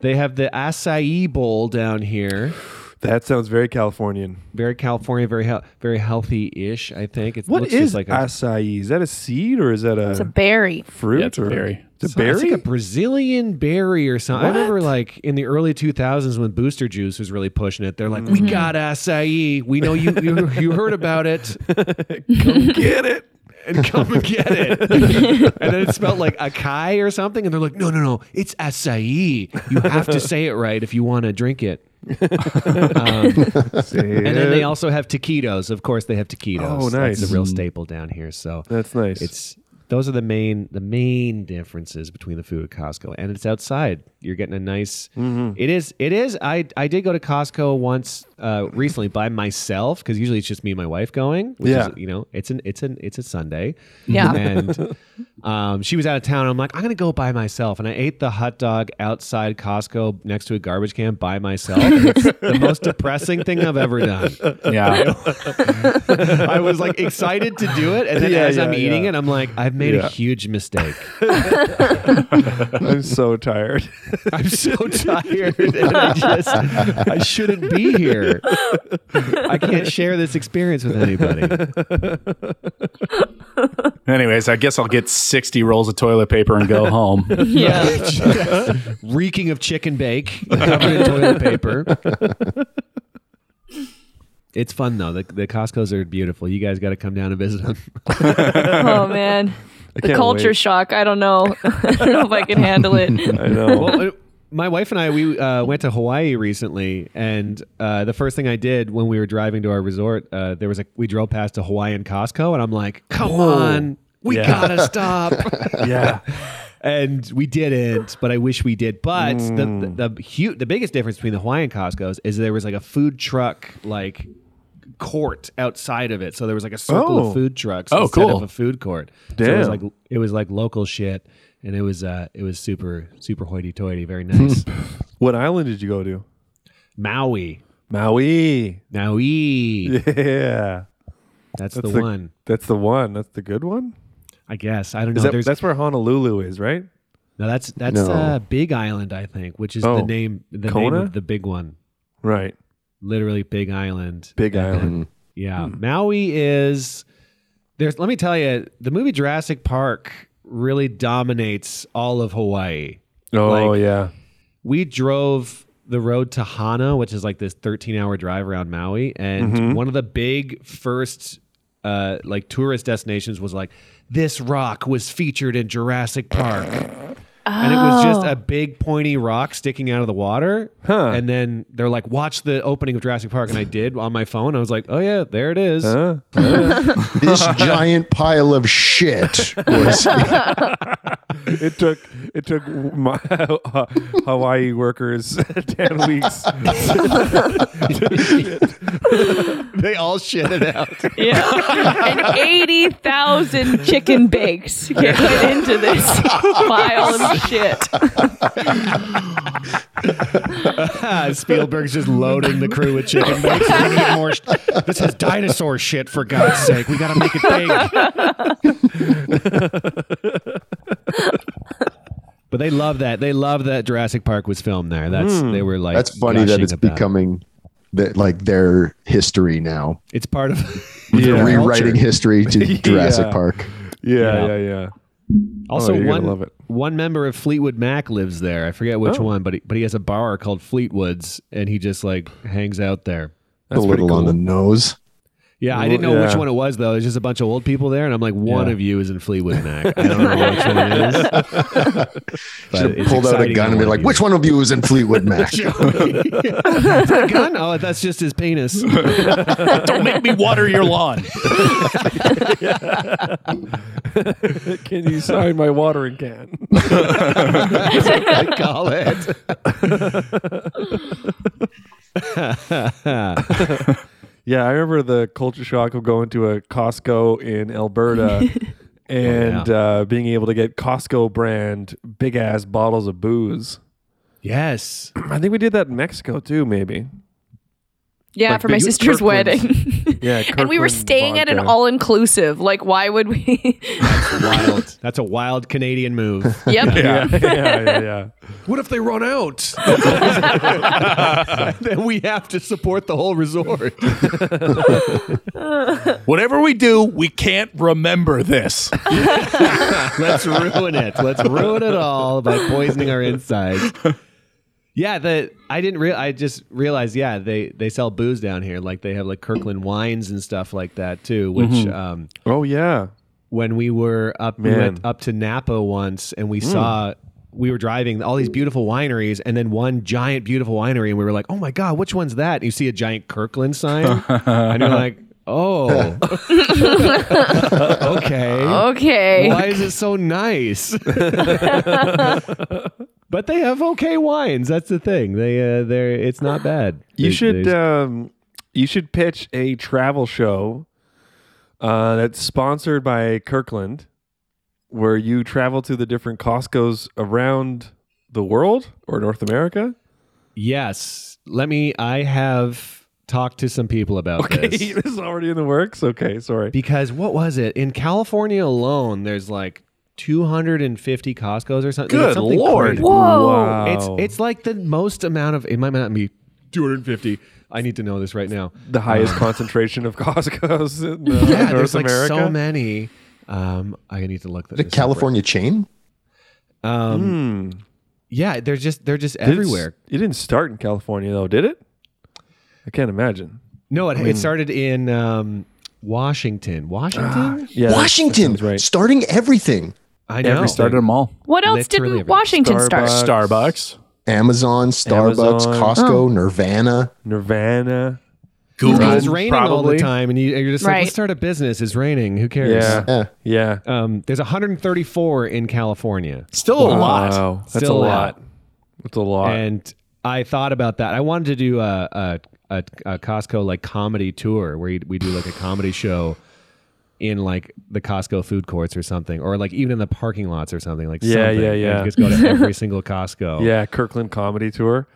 Speaker 5: They have the acai bowl down here.
Speaker 2: That sounds very Californian.
Speaker 5: very California, very hel- very healthy ish. I think it
Speaker 2: What
Speaker 5: looks
Speaker 2: is
Speaker 5: just like a,
Speaker 2: acai? Is that a seed or is that a,
Speaker 1: It's a berry.
Speaker 2: fruit?
Speaker 4: Yeah, it's a
Speaker 2: or-
Speaker 4: berry.
Speaker 2: It's a
Speaker 5: it's like
Speaker 2: berry.
Speaker 5: a Brazilian berry or something. I remember like in the early 2000s when Booster Juice was really pushing it. They're like,
Speaker 2: Mm-hmm.
Speaker 5: "We got acai. We know you you, you heard about it.
Speaker 2: Get it?
Speaker 5: And come and get it." and then it smelled like acai or something. And they're like, "No, no, no. It's acai. You have to say it right if you want to drink it." Um, And then they also have taquitos. Of course, they have taquitos.
Speaker 2: Oh, nice.
Speaker 5: That's a real staple down here. So
Speaker 2: That's nice.
Speaker 5: It's those are the main the main differences between the food at Costco, and it's outside. You're getting a nice. it is. It is. I I did go to Costco once uh, recently by myself because usually it's just me and my wife going. Which
Speaker 2: Yeah.
Speaker 5: Is, you know, it's an it's an it's a Sunday.
Speaker 1: Yeah.
Speaker 5: And um, she was out of town. I'm like, I'm gonna go by myself, and I ate the hot dog outside Costco next to a garbage can by myself. And it's the most depressing thing I've ever done.
Speaker 4: Yeah.
Speaker 5: I was like excited to do it, and then
Speaker 2: Yeah,
Speaker 5: as I'm
Speaker 2: yeah,
Speaker 5: eating
Speaker 2: yeah.
Speaker 5: it, I'm like, I've made
Speaker 2: Yeah.
Speaker 5: a huge mistake.
Speaker 2: I'm so tired.
Speaker 5: I'm so tired, and I just I shouldn't be here. I can't share this experience with anybody.
Speaker 4: Anyways, I guess I'll get 60 rolls of toilet paper and go home.
Speaker 1: Yeah.
Speaker 5: Reeking of chicken bake covered in toilet paper. It's fun though. The, the Costco's are beautiful. You guys got to come down and visit them.
Speaker 1: oh man. The
Speaker 2: can't
Speaker 1: culture
Speaker 2: wait.
Speaker 1: shock. I don't know. I don't know if I can handle it.
Speaker 2: I know.
Speaker 5: well, uh, my wife and I we uh, went to Hawaii recently, and uh, the first thing I did when we were driving to our resort, uh, there was a we drove past a Hawaiian Costco, and I'm like, "Come on, we
Speaker 2: Yeah.
Speaker 5: gotta stop!"
Speaker 2: yeah.
Speaker 5: and we didn't, but I wish we did. But
Speaker 2: Mm.
Speaker 5: the the, the huge, the biggest difference between the Hawaiian Costco's is there was like a food truck like court outside of it. So there was like a circle
Speaker 2: Oh.
Speaker 5: of food trucks
Speaker 4: Oh,
Speaker 5: instead
Speaker 4: cool.
Speaker 5: of a food court. So it was
Speaker 2: Damn.
Speaker 5: like it was like local shit and it was uh it was super super hoity toity, very nice.
Speaker 2: What island did you go to?
Speaker 5: Maui.
Speaker 2: Maui.
Speaker 5: Maui.
Speaker 2: Yeah.
Speaker 5: That's,
Speaker 2: That's
Speaker 5: the
Speaker 2: the-
Speaker 5: one.
Speaker 2: That's the one. That's the good one.
Speaker 5: I guess. I don't know.
Speaker 2: Is that,
Speaker 5: There's
Speaker 2: that's where Honolulu is, right?
Speaker 5: no that's that's
Speaker 3: No.
Speaker 5: uh Big Island, I think, which is
Speaker 2: Oh.
Speaker 5: the name the name
Speaker 2: Kona?
Speaker 5: of the big one.
Speaker 2: Right.
Speaker 5: Literally Big Island.
Speaker 2: Big
Speaker 5: And
Speaker 2: Island.
Speaker 5: Yeah, Hmm. Maui is there's. Let me tell you, the movie Jurassic Park really dominates all of Hawaii.
Speaker 2: Oh
Speaker 5: Like-
Speaker 2: yeah.
Speaker 5: We drove the road to Hana, which is like this 13 hour drive around Maui, and one of the big first. Uh, like tourist destinations was like this rock was featured in Jurassic Park, and it was just a big pointy rock sticking out of the water.
Speaker 2: Huh.
Speaker 5: And then they're like, "Watch the opening of Jurassic Park," and I did on my phone. I was like, "Oh yeah, there it is."
Speaker 2: Huh?
Speaker 3: This giant pile of shit was
Speaker 2: it took it took my, Hawaii workers ten weeks.
Speaker 5: They all shit it out.
Speaker 1: Yeah. and 80,000 chicken bakes get put into this pile of shit.
Speaker 5: Ah, Spielberg's just loading the crew with chicken bakes. We need more. sh- This is dinosaur shit, for God's sake. We gotta make it big. but they love that. They love that Jurassic Park was filmed there. That's they were like.
Speaker 3: That's funny that
Speaker 5: gushing
Speaker 3: it's
Speaker 5: about.
Speaker 3: becoming that like their history now.
Speaker 5: It's part of.
Speaker 3: They're
Speaker 2: yeah.
Speaker 3: rewriting history to Jurassic
Speaker 2: Yeah.
Speaker 3: Park.
Speaker 2: Yeah,
Speaker 5: Yeah.
Speaker 2: yeah, yeah.
Speaker 5: Also,
Speaker 2: you're
Speaker 5: one
Speaker 2: gonna love it.
Speaker 5: one member of Fleetwood Mac lives there. I forget which one, but he, but he has a bar called Fleetwood's, and he just like hangs out there.
Speaker 3: A
Speaker 2: pretty
Speaker 3: little on the nose.
Speaker 5: Yeah, I
Speaker 2: Well,
Speaker 5: didn't know which
Speaker 2: yeah.
Speaker 5: one it was though. It's just a bunch of old people there, and I'm like, one
Speaker 4: Yeah.
Speaker 5: of you is in Fleetwood Mac. I don't know which one it is. But
Speaker 3: Should have
Speaker 5: it's
Speaker 3: pulled out a
Speaker 5: exciting
Speaker 3: gun and be
Speaker 5: when
Speaker 3: like,
Speaker 5: one
Speaker 3: which one of you was in Fleetwood Mac?
Speaker 5: of you- Is that a gun? Oh, that's just his penis.
Speaker 4: Don't make me water your lawn.
Speaker 2: Can you sign my watering can?
Speaker 5: I call it.
Speaker 2: yeah, I remember the culture shock of going to a Costco in Alberta and uh, being able to get Costco brand big ass bottles of booze.
Speaker 5: Yes.
Speaker 2: I think we did that in Mexico too, maybe.
Speaker 1: Yeah,
Speaker 2: Like
Speaker 1: for my
Speaker 2: big
Speaker 1: sister's
Speaker 2: Kirkland's.
Speaker 1: wedding.
Speaker 2: Yeah,
Speaker 1: and we were
Speaker 2: Kirkland
Speaker 1: staying at an
Speaker 2: vodka.
Speaker 1: all inclusive. Like, why would we?
Speaker 5: Wild. That's a wild Canadian move.
Speaker 1: yep.
Speaker 2: Yeah, yeah, yeah, yeah.
Speaker 5: What if they run out? then we have to support the whole resort.
Speaker 4: Whatever we do, we can't remember this.
Speaker 5: Let's ruin it. Let's ruin it all by poisoning our insides. Yeah, the I didn't real I just realized yeah, they they sell booze down here like they have like Kirkland wines and stuff like that too, which
Speaker 3: Mm-hmm.
Speaker 5: um
Speaker 2: Oh yeah.
Speaker 5: when we were up we went
Speaker 2: Man. Hmm.
Speaker 5: up to Napa once and we saw we were driving all these beautiful wineries and then one giant beautiful winery and we were like, "Oh my god, which one's that?" And you see a giant Kirkland sign and you're like, "Oh." okay.
Speaker 1: Okay.
Speaker 5: Why is it so nice? but they have okay wines. That's the thing. They uh, they're it's not bad.
Speaker 2: You
Speaker 5: They-
Speaker 2: should
Speaker 5: they-
Speaker 2: um, you should pitch a travel show uh, that's sponsored by Kirkland, where you travel to the different Costco's around the world or North America.
Speaker 5: yes. Let me. I have talked to some people about
Speaker 2: this
Speaker 5: this
Speaker 2: is already in the works. Okay, sorry.
Speaker 5: because what was it in California alone? There's like 250 Costco's or something. It's
Speaker 4: Good
Speaker 5: something
Speaker 4: lord.
Speaker 5: crazy.
Speaker 1: Whoa.
Speaker 2: Wow.
Speaker 5: It's it's like the most amount of. It might not be 250. I need to know this right now.
Speaker 2: the highest concentration of Costco's in uh,
Speaker 5: Yeah,
Speaker 2: North
Speaker 5: there's like
Speaker 2: America.
Speaker 5: so many. Um, I need to look
Speaker 3: The
Speaker 5: this up right
Speaker 3: California chain?
Speaker 5: Um,
Speaker 2: Hmm.
Speaker 5: Yeah, they're just they're just
Speaker 2: Did it s-
Speaker 5: everywhere.
Speaker 2: It didn't start in California though, did it? I can't imagine.
Speaker 5: No, it, it started in um, Washington. Washington.
Speaker 2: Yeah, that- that
Speaker 3: Washington
Speaker 2: sounds right.
Speaker 3: starting everything.
Speaker 5: I know.
Speaker 4: Every started them all.
Speaker 1: What else did
Speaker 5: Literally
Speaker 1: not
Speaker 5: everything.
Speaker 1: Washington
Speaker 2: Starbucks.
Speaker 1: start?
Speaker 4: Starbucks.
Speaker 3: Amazon, Starbucks,
Speaker 2: Amazon. Oh.
Speaker 3: Costco, Nirvana.
Speaker 2: Nirvana.
Speaker 5: Because
Speaker 4: Google
Speaker 5: it's raining all the
Speaker 4: probably.
Speaker 5: time, and you, are just like,
Speaker 1: Right.
Speaker 5: let's start a business. It's raining. Who cares?
Speaker 2: Yeah.
Speaker 3: Yeah.
Speaker 2: Yeah.
Speaker 5: Um, there's 134 in California,
Speaker 4: Still a lot.
Speaker 2: Wow. That's
Speaker 5: Still
Speaker 2: a
Speaker 5: a
Speaker 2: lot.
Speaker 5: lot.
Speaker 2: That's a lot.
Speaker 5: and I thought about that. I wanted to do a a, a, a Costco like comedy tour where you, we do like a comedy show in like the Costco food courts or something, or like even in the parking lots or something. Like
Speaker 2: Yeah,
Speaker 5: something.
Speaker 2: yeah,
Speaker 5: And
Speaker 2: yeah.
Speaker 5: you just go to every single Costco.
Speaker 2: yeah, Kirkland Comedy Tour.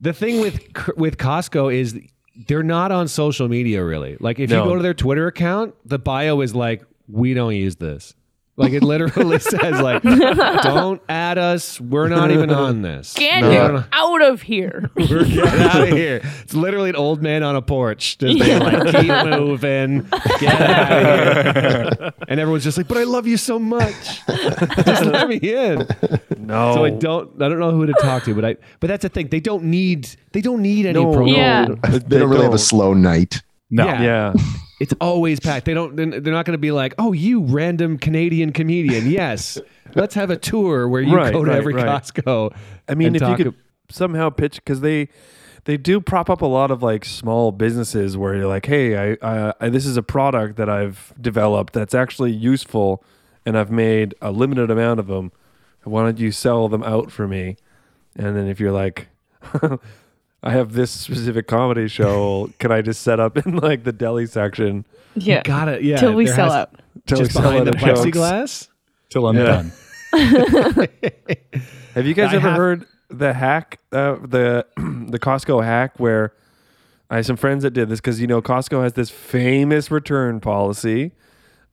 Speaker 5: The thing with C- with Costco is they're not on social media really. Like if
Speaker 2: No.
Speaker 5: you go to their Twitter account, the bio is like, "We don't use this." Like it literally says like, "Don't add us. We're not even on this.
Speaker 1: Get
Speaker 5: We're
Speaker 1: him
Speaker 5: not-
Speaker 1: out of here.
Speaker 5: We're getting out of here." It's literally an old man on a porch just being like, "Keep moving. Get out of here." And everyone's just like, "But I love you so much. Just let me in."
Speaker 2: No.
Speaker 5: So I don't I don't know who to talk to, but I but that's the thing. They don't need they don't need any
Speaker 2: No,
Speaker 5: promo.
Speaker 1: Yeah.
Speaker 2: no,
Speaker 3: They, don't really have a slow night.
Speaker 4: No.
Speaker 5: Yeah.
Speaker 2: Yeah.
Speaker 5: It's always packed. They don't they're they're not going to be like, "Oh, you random Canadian comedian. Yes. Let's have a tour where you
Speaker 2: Right,
Speaker 5: go to
Speaker 2: right,
Speaker 5: every
Speaker 2: right.
Speaker 5: Costco."
Speaker 2: I mean,
Speaker 5: and
Speaker 2: if you
Speaker 5: talk
Speaker 2: could
Speaker 5: ab-
Speaker 2: somehow pitch because they they do prop up a lot of like small businesses where you're like, hey, I, I, I this is a product that I've developed that's actually useful, and I've made a limited amount of them. Why don't you sell them out for me? And then if you're like. I have this specific comedy show. Can I just set up in like the deli section?
Speaker 1: Yeah.
Speaker 5: got it. Yeah.
Speaker 1: Till we
Speaker 5: there
Speaker 1: sell
Speaker 5: has-
Speaker 1: out.
Speaker 2: Till we
Speaker 5: Just
Speaker 2: sell
Speaker 5: behind the
Speaker 2: out of jokes?
Speaker 5: plexiglass?
Speaker 4: Till I'm
Speaker 2: Yeah.
Speaker 4: done.
Speaker 2: Have you guys
Speaker 5: I
Speaker 2: ever
Speaker 5: have-
Speaker 2: heard the hack, uh, the the Costco hack, where I had some friends that did this because you know Costco has this famous return policy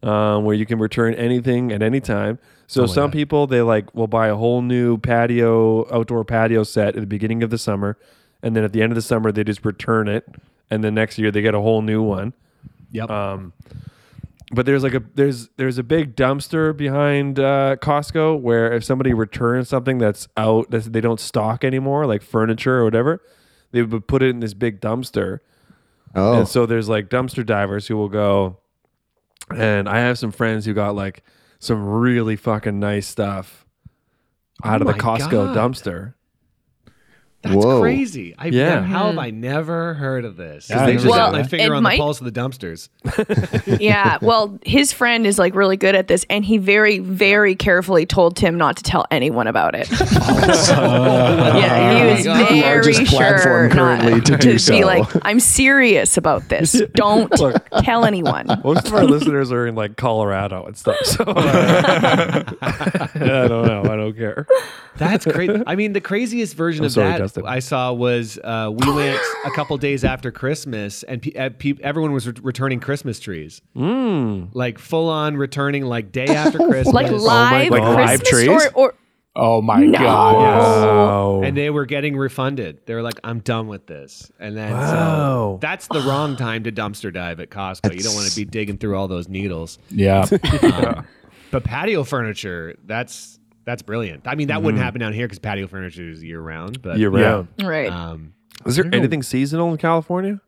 Speaker 2: um, where you can return anything at any time.
Speaker 5: Oh
Speaker 2: So some people they like will buy a whole new patio outdoor patio set at the beginning of the summer, and then at the end of the summer they just return it, and then next year they get a whole new one
Speaker 5: Yep.
Speaker 2: but there's like a there's there's a big dumpster behind uh, Costco where if somebody returns something that's out that they don't stock anymore, like furniture or whatever, they would put it in this big dumpster.
Speaker 3: Oh,
Speaker 2: And so there's like dumpster divers who will go. And I have some friends who got like some really fucking nice stuff out of
Speaker 5: Oh my
Speaker 2: the Costco
Speaker 5: God.
Speaker 2: dumpster.
Speaker 5: That's
Speaker 3: Whoa.
Speaker 5: crazy. I
Speaker 2: Yeah.
Speaker 5: yeah. how have I never heard of this? 'Cause
Speaker 4: Yeah, I
Speaker 5: they
Speaker 4: never
Speaker 5: just
Speaker 4: heard
Speaker 5: got
Speaker 4: of
Speaker 5: my
Speaker 1: that.
Speaker 5: finger
Speaker 1: It
Speaker 5: on
Speaker 1: might-
Speaker 5: the pulse of the dumpsters.
Speaker 1: yeah. Well, his friend is like really good at this, and he very, very carefully told Tim not to tell anyone about it. yeah, he was
Speaker 5: Oh my God.
Speaker 1: very
Speaker 3: Largest platform
Speaker 1: sure
Speaker 3: currently
Speaker 1: not
Speaker 3: to do
Speaker 1: be
Speaker 3: so.
Speaker 1: like, I'm serious about this. Don't tell anyone.
Speaker 2: Most of our listeners are in like Colorado and stuff. So I don't know. I don't care.
Speaker 5: That's crazy. I mean, the craziest version of
Speaker 2: sorry,
Speaker 5: that
Speaker 2: Justin.
Speaker 5: I saw was uh, we went a couple days after Christmas, and pe- uh, pe- everyone was re- returning Christmas trees,
Speaker 2: Hmm.
Speaker 5: like full on returning, like oh day after Christmas,
Speaker 1: Like Oh live,
Speaker 4: God. Like live
Speaker 1: Christmas
Speaker 4: trees?
Speaker 1: or, or
Speaker 4: Oh my
Speaker 1: No.
Speaker 4: god.
Speaker 2: Wow.
Speaker 5: and they were getting refunded. They were like, "I'm done with this," and then
Speaker 2: Wow.
Speaker 5: so that's the wrong time to dumpster dive at Costco. you don't want to be digging through all those needles.
Speaker 4: Yeah.
Speaker 5: But patio furniture, that's that's brilliant. I mean, that
Speaker 2: Mm-hmm.
Speaker 5: wouldn't happen down here because patio furniture is year round. But
Speaker 2: Year round.
Speaker 1: right.
Speaker 5: Um,
Speaker 2: Is there anything seasonal in California?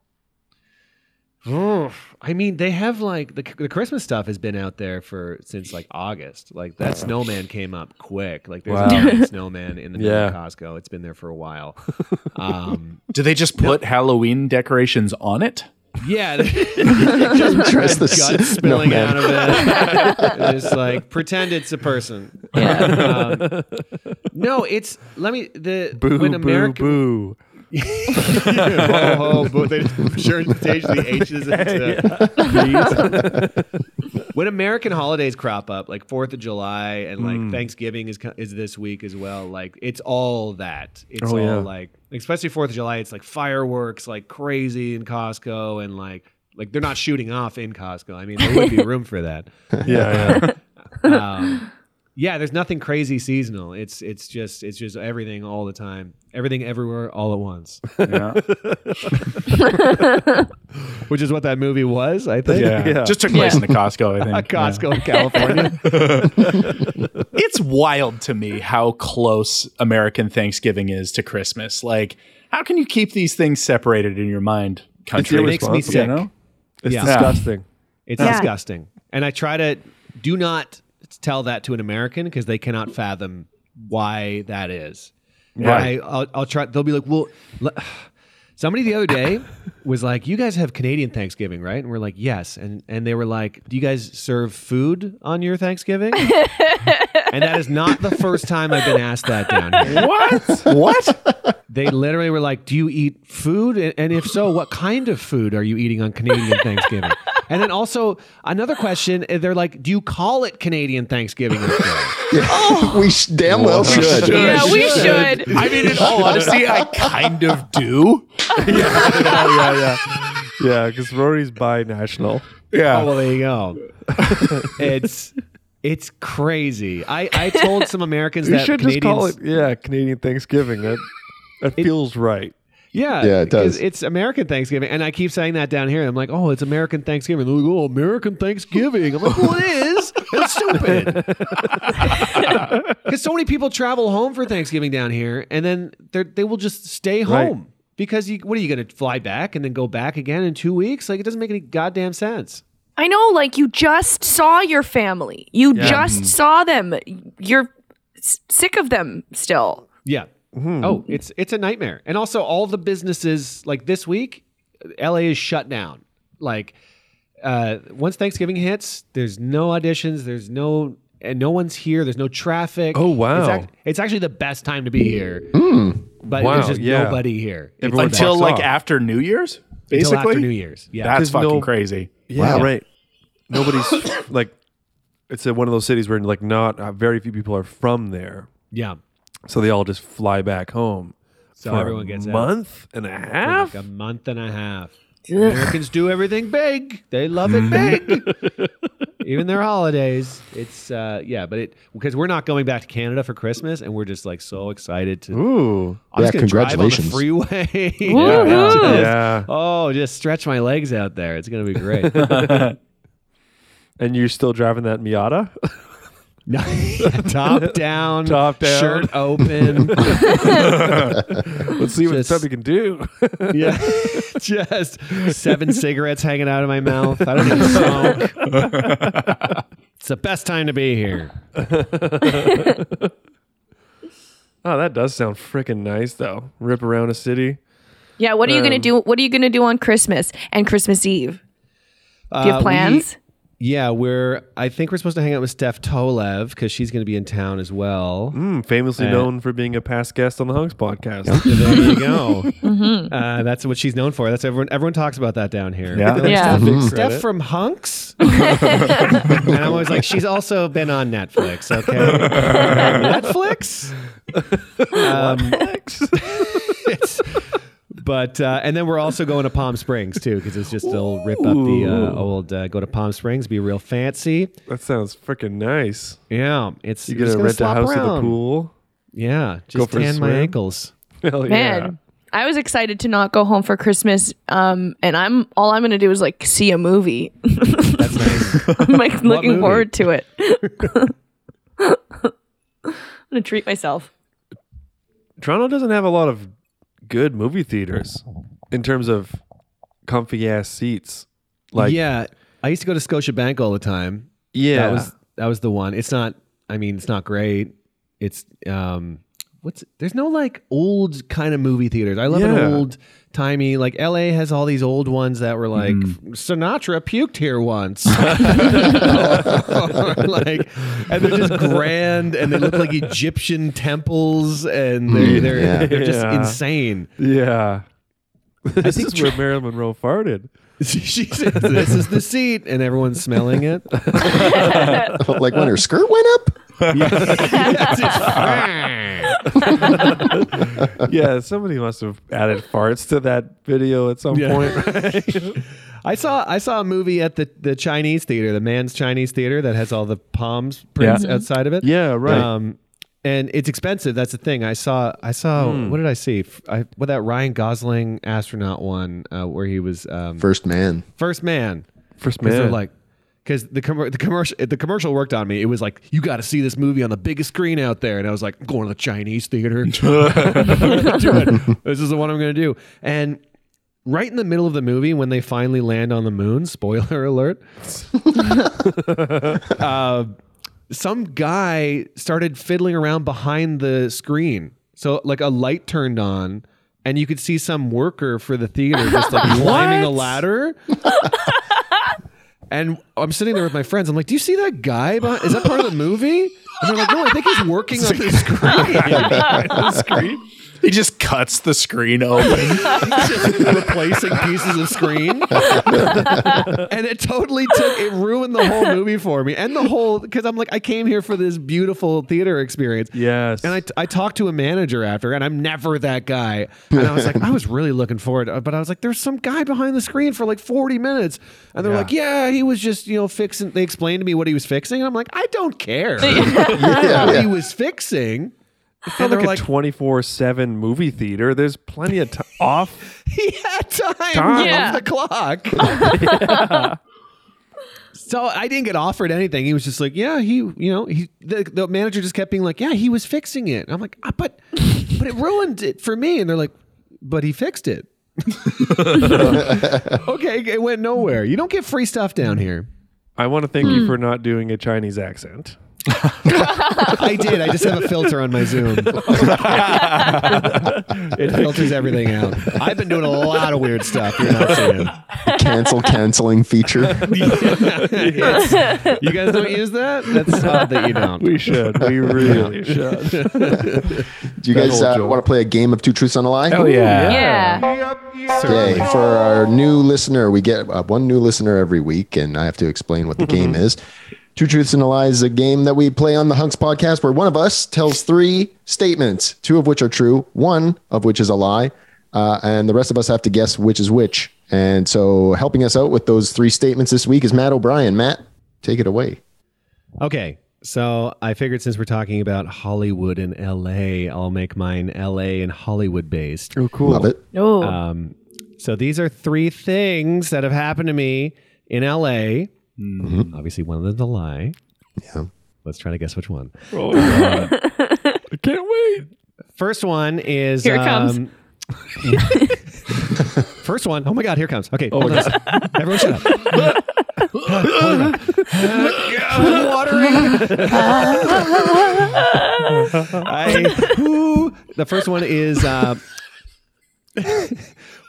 Speaker 5: Oh, I mean, they have like the, the Christmas stuff has been out there for since like August. Like that snowman came up quick. Like there's
Speaker 2: Wow.
Speaker 5: a giant snowman in the middle of
Speaker 2: Yeah.
Speaker 5: Costco. It's been there for a while. Um,
Speaker 4: Do they just put Halloween decorations on it?
Speaker 5: yeah, just
Speaker 3: Dress the
Speaker 5: guts spilling
Speaker 3: snowman.
Speaker 5: out of it. just like pretend it's a person. Um, no, it's let me the
Speaker 2: Boo,
Speaker 5: when
Speaker 2: boo,
Speaker 5: America
Speaker 2: boo.
Speaker 5: ho, ho, boo. They just sure change the H's into When American holidays crop up, like Fourth of July and like
Speaker 2: Mm.
Speaker 5: Thanksgiving is co- is this week as well. Like it's all that. It's
Speaker 2: Oh,
Speaker 5: all
Speaker 2: yeah.
Speaker 5: like, especially Fourth of July. It's like fireworks, like crazy in Costco, and like like they're not shooting off in Costco. I mean, there would be room for that.
Speaker 2: Yeah, yeah.
Speaker 5: Um, yeah, there's nothing crazy seasonal. It's it's just it's just everything all the time, everything everywhere all at once.
Speaker 4: Yeah.
Speaker 5: which is what that movie was, I think.
Speaker 4: Yeah.
Speaker 2: Yeah.
Speaker 4: Just took place in the Costco, I think.
Speaker 5: A Costco in California.
Speaker 4: It's wild to me how close American Thanksgiving is to Christmas. Like, how can you keep these things separated in your mind? Country
Speaker 2: It makes me
Speaker 4: Responsible,
Speaker 5: sick.
Speaker 2: It's
Speaker 5: Yeah.
Speaker 2: disgusting.
Speaker 5: It's
Speaker 1: Yeah.
Speaker 5: disgusting. And I try to do not tell that to an American because they cannot fathom why that is.
Speaker 4: Right.
Speaker 5: I, I'll, I'll try. They'll be like, well, le- Somebody the other day was like, "You guys have Canadian Thanksgiving, right?" And we're like, "Yes." And and they were like, "Do you guys serve food on your Thanksgiving?" and that is not the first time I've been asked that down here.
Speaker 4: What? what?
Speaker 5: They literally were like, "Do you eat food? And, and if so, what kind of food are you eating on Canadian Thanksgiving?" And then also another question, eh, they're like, "Do you call it Canadian Thanksgiving?" Oh, or something?"
Speaker 3: we sh- damn well should.
Speaker 4: should.
Speaker 1: yeah, we
Speaker 4: Should.
Speaker 1: should.
Speaker 4: I mean, in all honesty, I kind of do.
Speaker 2: yeah, yeah, yeah. Yeah, because Rory's bi-national.
Speaker 5: Oh, well, there you go. it's it's crazy. I, I told some Americans
Speaker 2: You
Speaker 5: that
Speaker 2: should just
Speaker 5: Canadians,
Speaker 2: call it, yeah, Canadian Thanksgiving. That that feels right.
Speaker 5: yeah,
Speaker 3: Yeah, it does.
Speaker 5: because It's American Thanksgiving, and I keep saying that down here. I'm like, oh, it's American Thanksgiving. They're like, oh, American Thanksgiving. I'm like, well, it is. It's stupid. Because so many people travel home for Thanksgiving down here, and then they they will just stay
Speaker 2: Right.
Speaker 5: home because you, what are you going to fly back and then go back again in two weeks? Like, it doesn't make any goddamn sense.
Speaker 1: I know, like you just saw your family. You just saw them. You're s- sick of them still.
Speaker 5: Yeah.
Speaker 2: Mm-hmm.
Speaker 5: Oh, it's it's a nightmare. And also all the businesses like this week, LA is shut down. Like uh once Thanksgiving hits, there's no auditions, there's no and no one's here, there's no traffic.
Speaker 2: Oh, wow. Hmm.
Speaker 5: It's, act- it's actually the best time to be here. But
Speaker 2: Wow,
Speaker 5: there's just
Speaker 2: yeah.
Speaker 5: nobody here. It's
Speaker 2: Everyone
Speaker 5: like
Speaker 4: Until
Speaker 2: walks
Speaker 4: like
Speaker 2: off.
Speaker 4: after New Year's,
Speaker 5: until
Speaker 4: basically.
Speaker 5: after New Year's. Yeah.
Speaker 4: That's
Speaker 2: 'Cause
Speaker 4: fucking
Speaker 2: no-
Speaker 4: crazy.
Speaker 2: Yeah,
Speaker 3: Wow.
Speaker 2: right. Nobody's like, it's a, one of those cities where like not uh, very few people are from there,
Speaker 5: yeah.
Speaker 2: so they all just fly back home.
Speaker 5: So
Speaker 2: for
Speaker 5: Oh, everyone gets
Speaker 2: a
Speaker 5: out.
Speaker 2: month and a
Speaker 5: For
Speaker 2: half.
Speaker 5: Like a month and a half. Americans do everything big. They love it big. Even their holidays. It's uh yeah, but it because we're not going back to Canada for Christmas and we're just like so excited to
Speaker 2: Ooh,
Speaker 3: Yeah,
Speaker 5: I'm just gonna drive on the
Speaker 3: congratulations.
Speaker 5: freeway.
Speaker 1: Woohoo.
Speaker 2: yeah.
Speaker 5: Oh, just stretch my legs out there. It's gonna be great.
Speaker 2: And you're still driving that Miata?
Speaker 5: Top down,
Speaker 2: Top down.
Speaker 5: shirt open.
Speaker 2: Let's see what
Speaker 5: Just-
Speaker 2: Tubby can do.
Speaker 5: yeah, just seven cigarettes hanging out of my mouth. I don't even smoke. it's the best time to be here.
Speaker 2: oh, that does sound freaking nice though. Rip around a city.
Speaker 1: Yeah. What are you gonna do? What are you gonna do on Christmas and Christmas Eve? Do you
Speaker 5: Uh,
Speaker 1: have
Speaker 5: we-
Speaker 1: plans?
Speaker 5: yeah, we're. I think we're supposed to hang out with Steph Tolev because she's going to be in town as well.
Speaker 2: Mm, famously
Speaker 5: Uh,
Speaker 2: known for being a past guest on the Hunks podcast.
Speaker 5: There you go. uh, that's what she's known for. That's everyone. Everyone talks about that down here.
Speaker 2: Mm-hmm. Yeah.
Speaker 5: They're like,
Speaker 1: Yeah.
Speaker 5: Steph,
Speaker 2: Mhm.
Speaker 5: Steph from Hunks. and I'm always like, she's also been on Netflix. Okay, Netflix. Um, it's- but uh, and then we're also going to Palm Springs too because it's just they'll rip up the uh, old uh, go to Palm Springs, be real fancy.
Speaker 2: that sounds freaking nice.
Speaker 5: Yeah, it's
Speaker 2: You
Speaker 5: just
Speaker 2: gonna rent
Speaker 5: gonna
Speaker 2: a
Speaker 5: slop
Speaker 2: house with a
Speaker 5: around.
Speaker 2: pool?
Speaker 5: Yeah,
Speaker 2: Go
Speaker 5: just
Speaker 2: for a
Speaker 5: tan my
Speaker 2: swim.
Speaker 5: ankles.
Speaker 2: Hell
Speaker 1: Man, I was excited to not go home for Christmas. Um, and I'm all I'm gonna do is like see a movie.
Speaker 5: That's nice.
Speaker 1: I'm like looking
Speaker 5: movie?
Speaker 1: forward to it. I'm gonna treat myself.
Speaker 2: Toronto doesn't have a lot of good movie theaters in terms of comfy ass seats. Like yeah,
Speaker 5: yeah, I used to go to Scotiabank all the time. That was that was the one. It's not. I mean, it's not great. It's um, what's there's no like old kind of movie theaters. I love
Speaker 2: Yeah.
Speaker 5: an old timey. Like L.A. has all these old ones that were like
Speaker 2: Mm-hmm.
Speaker 5: Sinatra puked here once, like, and they're just grand and they look like Egyptian temples and they're they're,
Speaker 3: Yeah.
Speaker 5: they're just
Speaker 2: Mm. Yeah.
Speaker 5: insane.
Speaker 2: yeah. This
Speaker 5: think
Speaker 2: is where Marilyn Monroe farted.
Speaker 5: she says, "This is the seat," and everyone's smelling it.
Speaker 3: like when her skirt went up.
Speaker 2: yeah, somebody must have added farts to that video at some
Speaker 5: Yeah.
Speaker 2: point.
Speaker 5: I saw I saw a movie at the, the Chinese theater, the man's Chinese theater that has all the palms prints outside of it.
Speaker 2: Yeah, right.
Speaker 5: Um, and it's expensive. That's the thing. I saw I saw
Speaker 2: Hmm.
Speaker 5: what did I see? F- I what that Ryan Gosling astronaut one uh, where he was um,
Speaker 3: First man.
Speaker 5: first man.
Speaker 2: First
Speaker 5: Because they're
Speaker 2: man,
Speaker 5: like, because the com- the commercial the commercial worked on me. It was like, you got to see this movie on the biggest screen out there, and I was like, I'm going to the Chinese theater. Dude, this is the one I'm going to do. And right in the middle of the movie, when they finally land on the moon, spoiler alert, uh, some guy started fiddling around behind the screen. So like a light turned on. and you could see some worker for the theater just like climbing a ladder. and I'm sitting there with my friends. I'm like, "Do you see that guy? Behind- Is that part of the movie?" And they're like, "No, I think he's working on this
Speaker 4: screen. He just cuts the screen open.
Speaker 5: replacing pieces of screen. and it totally took it ruined the whole movie for me and the whole because I'm like I came here for this beautiful theater experience.
Speaker 2: Yes.
Speaker 5: And I, I talked to a manager after, and I'm never that guy. And I was like, I was really looking forward, to it, but I was like, there's some guy behind the screen for like 40 minutes, and they're
Speaker 2: Yeah.
Speaker 5: like, yeah, he was just you know fixing. They explained to me what he was fixing, and I'm like, I don't care.
Speaker 3: Yeah,
Speaker 5: what
Speaker 3: yeah.
Speaker 5: he was fixing.
Speaker 2: Not
Speaker 5: And they're
Speaker 2: like,
Speaker 5: like,
Speaker 2: a twenty four seven movie theater. There's plenty of time off.
Speaker 5: he had time,
Speaker 2: Time.
Speaker 1: Yeah.
Speaker 5: off the clock. So I didn't get offered anything. He was just like, "Yeah, he, you know, he." The, the manager just kept being like, "Yeah, he was fixing it." I'm like, ah, "But, but it ruined it for me." And they're like, "But he fixed it." okay, it went nowhere. You don't get free stuff down here.
Speaker 2: I want to thank
Speaker 1: Hmm.
Speaker 2: you for not doing a Chinese accent.
Speaker 5: I did. I just have a filter on my Zoom. it filters everything out. I've been doing a lot of weird stuff. You're not seeing.
Speaker 3: Cancel canceling feature.
Speaker 5: You guys don't use that. That's odd that you don't.
Speaker 2: We should. We really should.
Speaker 3: Do you guys
Speaker 2: old
Speaker 3: uh,
Speaker 2: joke.
Speaker 3: want to play a game of two truths and a lie?
Speaker 4: Oh yeah.
Speaker 1: yeah.
Speaker 3: Okay, for our new listener, we get uh, one new listener every week, and I have to explain what the game is. Two Truths and a Lie is a game that we play on the Hunks podcast where one of us tells three statements, two of which are true, one of which is a lie, uh, and the rest of us have to guess which is which. And so, helping us out with those three statements this week is Matt O'Brien. Matt, take it away.
Speaker 5: Okay. So I figured since we're talking about Hollywood and LA, I'll make mine LA and Hollywood based.
Speaker 2: Oh, cool.
Speaker 3: Love it.
Speaker 1: Oh.
Speaker 5: Um, so these are three things that have happened to me in LA. Obviously, one of them's a lie.
Speaker 3: Yeah.
Speaker 5: Let's try to guess which one.
Speaker 2: I can't wait.
Speaker 5: First one is
Speaker 1: Here it comes.
Speaker 5: um, First one. Oh my god, here it comes. Okay, hold on. everyone shut up. Hold on. I'm watering. I- whoo. the first one is uh,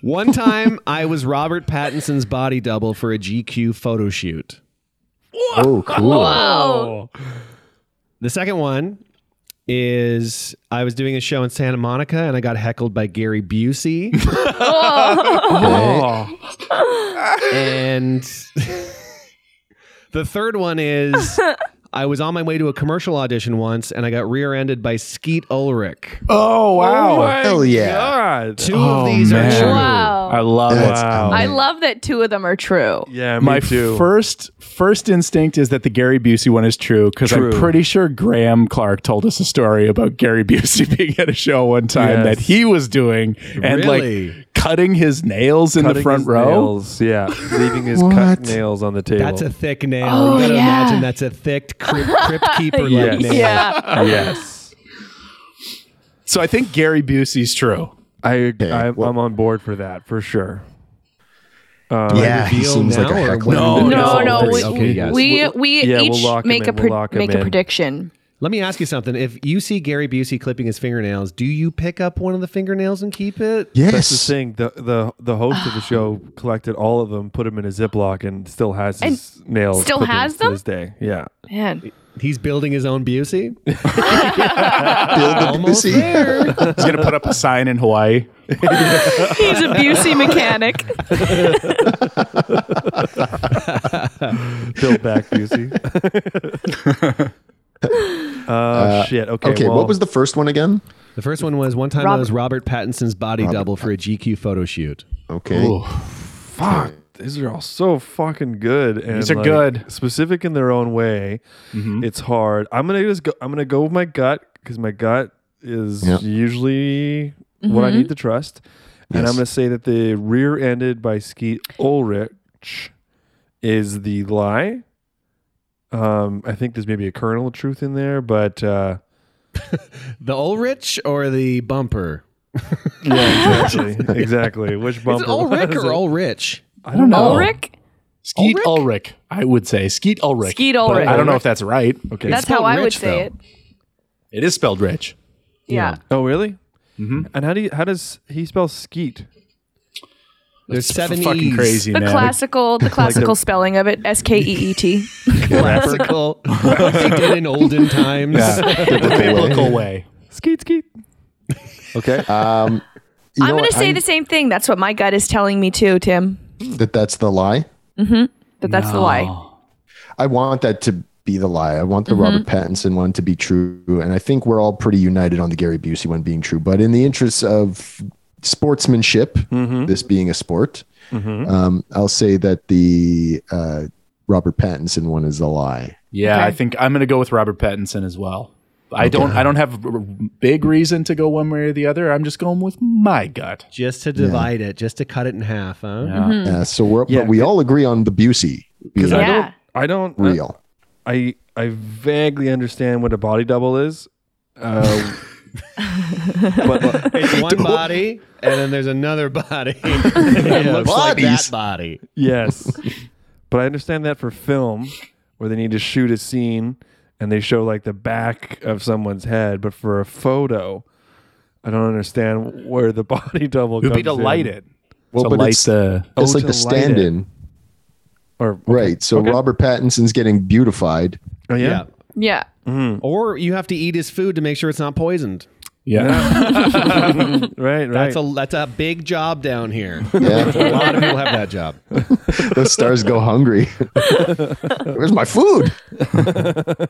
Speaker 5: one time I was Robert Pattinson's body double for a GQ photo shoot.
Speaker 3: Oh, cool.
Speaker 1: oh.
Speaker 5: The second one is I was doing a show in Santa Monica and I got heckled by Gary Busey.
Speaker 2: Oh.
Speaker 5: And the third one is I was on my way to a commercial audition once and I got rear ended by Skeet Ulrich.
Speaker 4: Oh wow.
Speaker 3: Hell yeah.
Speaker 2: God.
Speaker 5: Two
Speaker 4: Oh,
Speaker 5: of these
Speaker 4: man.
Speaker 5: are true.
Speaker 1: Wow.
Speaker 4: I love
Speaker 3: That's
Speaker 4: it.
Speaker 3: amazing.
Speaker 1: I love that two of them are true.
Speaker 2: Yeah, me
Speaker 4: My
Speaker 2: too.
Speaker 4: first first instinct is that the Gary Busey one is true because I'm
Speaker 2: True.
Speaker 4: pretty sure Graham Clark told us a story about Gary Busey being at a show one
Speaker 2: Yes.
Speaker 4: time that he was doing and
Speaker 5: Really?
Speaker 4: like cutting his nails in the
Speaker 2: Cutting
Speaker 4: front
Speaker 2: his
Speaker 4: row.
Speaker 2: nails. Yeah, leaving his cut nails on the table.
Speaker 5: That's a thick nail.
Speaker 1: Oh,
Speaker 5: you gotta
Speaker 1: yeah.
Speaker 5: imagine that's a thick crypt, crypt keeper
Speaker 2: Yes.
Speaker 5: like nail.
Speaker 1: Yeah.
Speaker 2: yes.
Speaker 4: So I think Gary Busey's true.
Speaker 2: I I
Speaker 3: well-
Speaker 2: I'm on board for that for sure.
Speaker 3: Yeah, he
Speaker 5: reveal
Speaker 3: seems like a
Speaker 5: now or
Speaker 3: heckler.
Speaker 5: when?
Speaker 1: No,
Speaker 4: No, no,
Speaker 1: no.
Speaker 4: we-
Speaker 1: We,
Speaker 5: Okay, yes.
Speaker 1: we, we
Speaker 2: Yeah, we'll
Speaker 1: each
Speaker 2: lock 'em
Speaker 1: make a
Speaker 2: in, we'll
Speaker 1: pred-
Speaker 2: lock 'em
Speaker 1: make a
Speaker 2: in.
Speaker 1: prediction.
Speaker 5: Let me ask you something. If you see Gary Busey clipping his fingernails, do you pick up one of the fingernails and keep it?
Speaker 2: That's the
Speaker 3: Yes.
Speaker 2: thing. The the the host of the show collected all of them, put them in a Ziploc, and still has his nails.
Speaker 1: still
Speaker 2: clippings
Speaker 1: has
Speaker 2: to
Speaker 1: them?
Speaker 2: this day. Yeah.
Speaker 1: Man.
Speaker 5: He's building his own Busey.
Speaker 3: Build a
Speaker 5: Almost
Speaker 3: Busey.
Speaker 5: there.
Speaker 4: He's gonna put up a sign in Hawaii.
Speaker 1: He's a Busey mechanic.
Speaker 2: Built back Busey. uh, shit. Okay.
Speaker 3: Okay,
Speaker 2: well,
Speaker 3: what was the first one again?
Speaker 5: The first one was one time I
Speaker 1: Rob-
Speaker 5: was Robert Pattinson's body double for a GQ photo shoot.
Speaker 3: Okay.
Speaker 2: fuck? These are all so fucking good. And
Speaker 4: These are
Speaker 2: like,
Speaker 4: good.
Speaker 2: Specific in their own way. It's hard. I'm gonna just go. I'm gonna go with my gut because my gut is
Speaker 3: Yeah.
Speaker 2: usually what I
Speaker 5: Mm-hmm.
Speaker 2: need to trust. And
Speaker 3: Yes.
Speaker 2: I'm gonna say that the rear-ended by Skeet Ulrich is the lie. Um, I think there's maybe a kernel of truth in there, but uh,
Speaker 5: The Ulrich or the bumper?
Speaker 2: yeah, exactly, exactly. Which
Speaker 5: Is
Speaker 2: bumper?
Speaker 5: it Ulrich
Speaker 2: was
Speaker 5: or
Speaker 2: it?
Speaker 5: Ulrich?
Speaker 2: I don't know.
Speaker 1: Ulrich?
Speaker 4: Skeet
Speaker 5: Ulrich?
Speaker 4: Ulrich? I would say Skeet Ulrich.
Speaker 1: Oh, Skeet
Speaker 4: But
Speaker 1: Ulrich.
Speaker 4: I don't know if that's right.
Speaker 2: Okay.
Speaker 1: That's
Speaker 5: spelled
Speaker 1: how I would
Speaker 5: rich,
Speaker 1: say
Speaker 5: though.
Speaker 1: it.
Speaker 4: It is spelled Rich.
Speaker 1: Yeah.
Speaker 2: Oh, really?
Speaker 4: Mm-hmm.
Speaker 2: And how do you, how does he spell skeet?
Speaker 5: There's
Speaker 4: It's
Speaker 5: seven
Speaker 4: fucking
Speaker 5: E's.
Speaker 4: crazy,
Speaker 1: The
Speaker 4: man.
Speaker 1: classical, the classical spelling of it, S K E E T.
Speaker 5: classical. like they did in olden times.
Speaker 4: the biblical way.
Speaker 2: Skeet skeet.
Speaker 3: Okay. Um, you
Speaker 1: I'm
Speaker 3: know
Speaker 1: going
Speaker 3: what?
Speaker 1: to say the same thing. That's what my gut is telling me too, Tim.
Speaker 3: that that's the lie.
Speaker 1: That that's the lie.
Speaker 3: I want that to be the lie. I want the
Speaker 1: Mm-hmm.
Speaker 3: Robert Pattinson one to be true, and I think we're all pretty united on the Gary Busey one being true. But in the interests of sportsmanship, this being a sport, um, I'll say that the uh, Robert Pattinson one is the lie.
Speaker 4: Yeah,
Speaker 1: Okay.
Speaker 4: I think I'm going to go with Robert Pattinson as well. I don't. I don't have a r- big reason to go one way or the other. I'm just going with my gut.
Speaker 5: Just to divide it, just to cut it in half, huh?
Speaker 1: Mm.
Speaker 3: Yeah, Uh, so we're
Speaker 2: Yeah.
Speaker 3: but we all agree on the Busey being
Speaker 1: I-
Speaker 2: I
Speaker 1: Yeah.
Speaker 2: don't. I don't.
Speaker 3: real.
Speaker 2: I I vaguely understand what a body double is. Uh, but
Speaker 5: It's one body, and then there's another body. it looks like that
Speaker 3: Bodies.
Speaker 5: body.
Speaker 2: yes, but I understand that for film, where they need to shoot a scene and they show like the back of someone's head, but for a photo, I don't understand where the body double
Speaker 4: It would
Speaker 2: comes
Speaker 4: be to light
Speaker 2: in.
Speaker 4: it.
Speaker 3: Well,
Speaker 4: to
Speaker 3: but
Speaker 4: light
Speaker 3: it's-
Speaker 4: the.
Speaker 2: Oh,
Speaker 3: It's like
Speaker 2: to
Speaker 3: the
Speaker 2: light it.
Speaker 3: stand-in,
Speaker 2: or okay.
Speaker 3: right? So
Speaker 2: Okay.
Speaker 3: Robert Pattinson's getting beautified.
Speaker 2: Oh, yeah.
Speaker 5: Yeah.
Speaker 1: Yeah.
Speaker 5: Or you have to eat his food to make sure it's not poisoned.
Speaker 4: Yeah.
Speaker 2: right, right.
Speaker 5: That's a that's a big job down here. a
Speaker 3: Yeah,
Speaker 5: lot of people have that job.
Speaker 3: those stars go hungry. Where's my food? I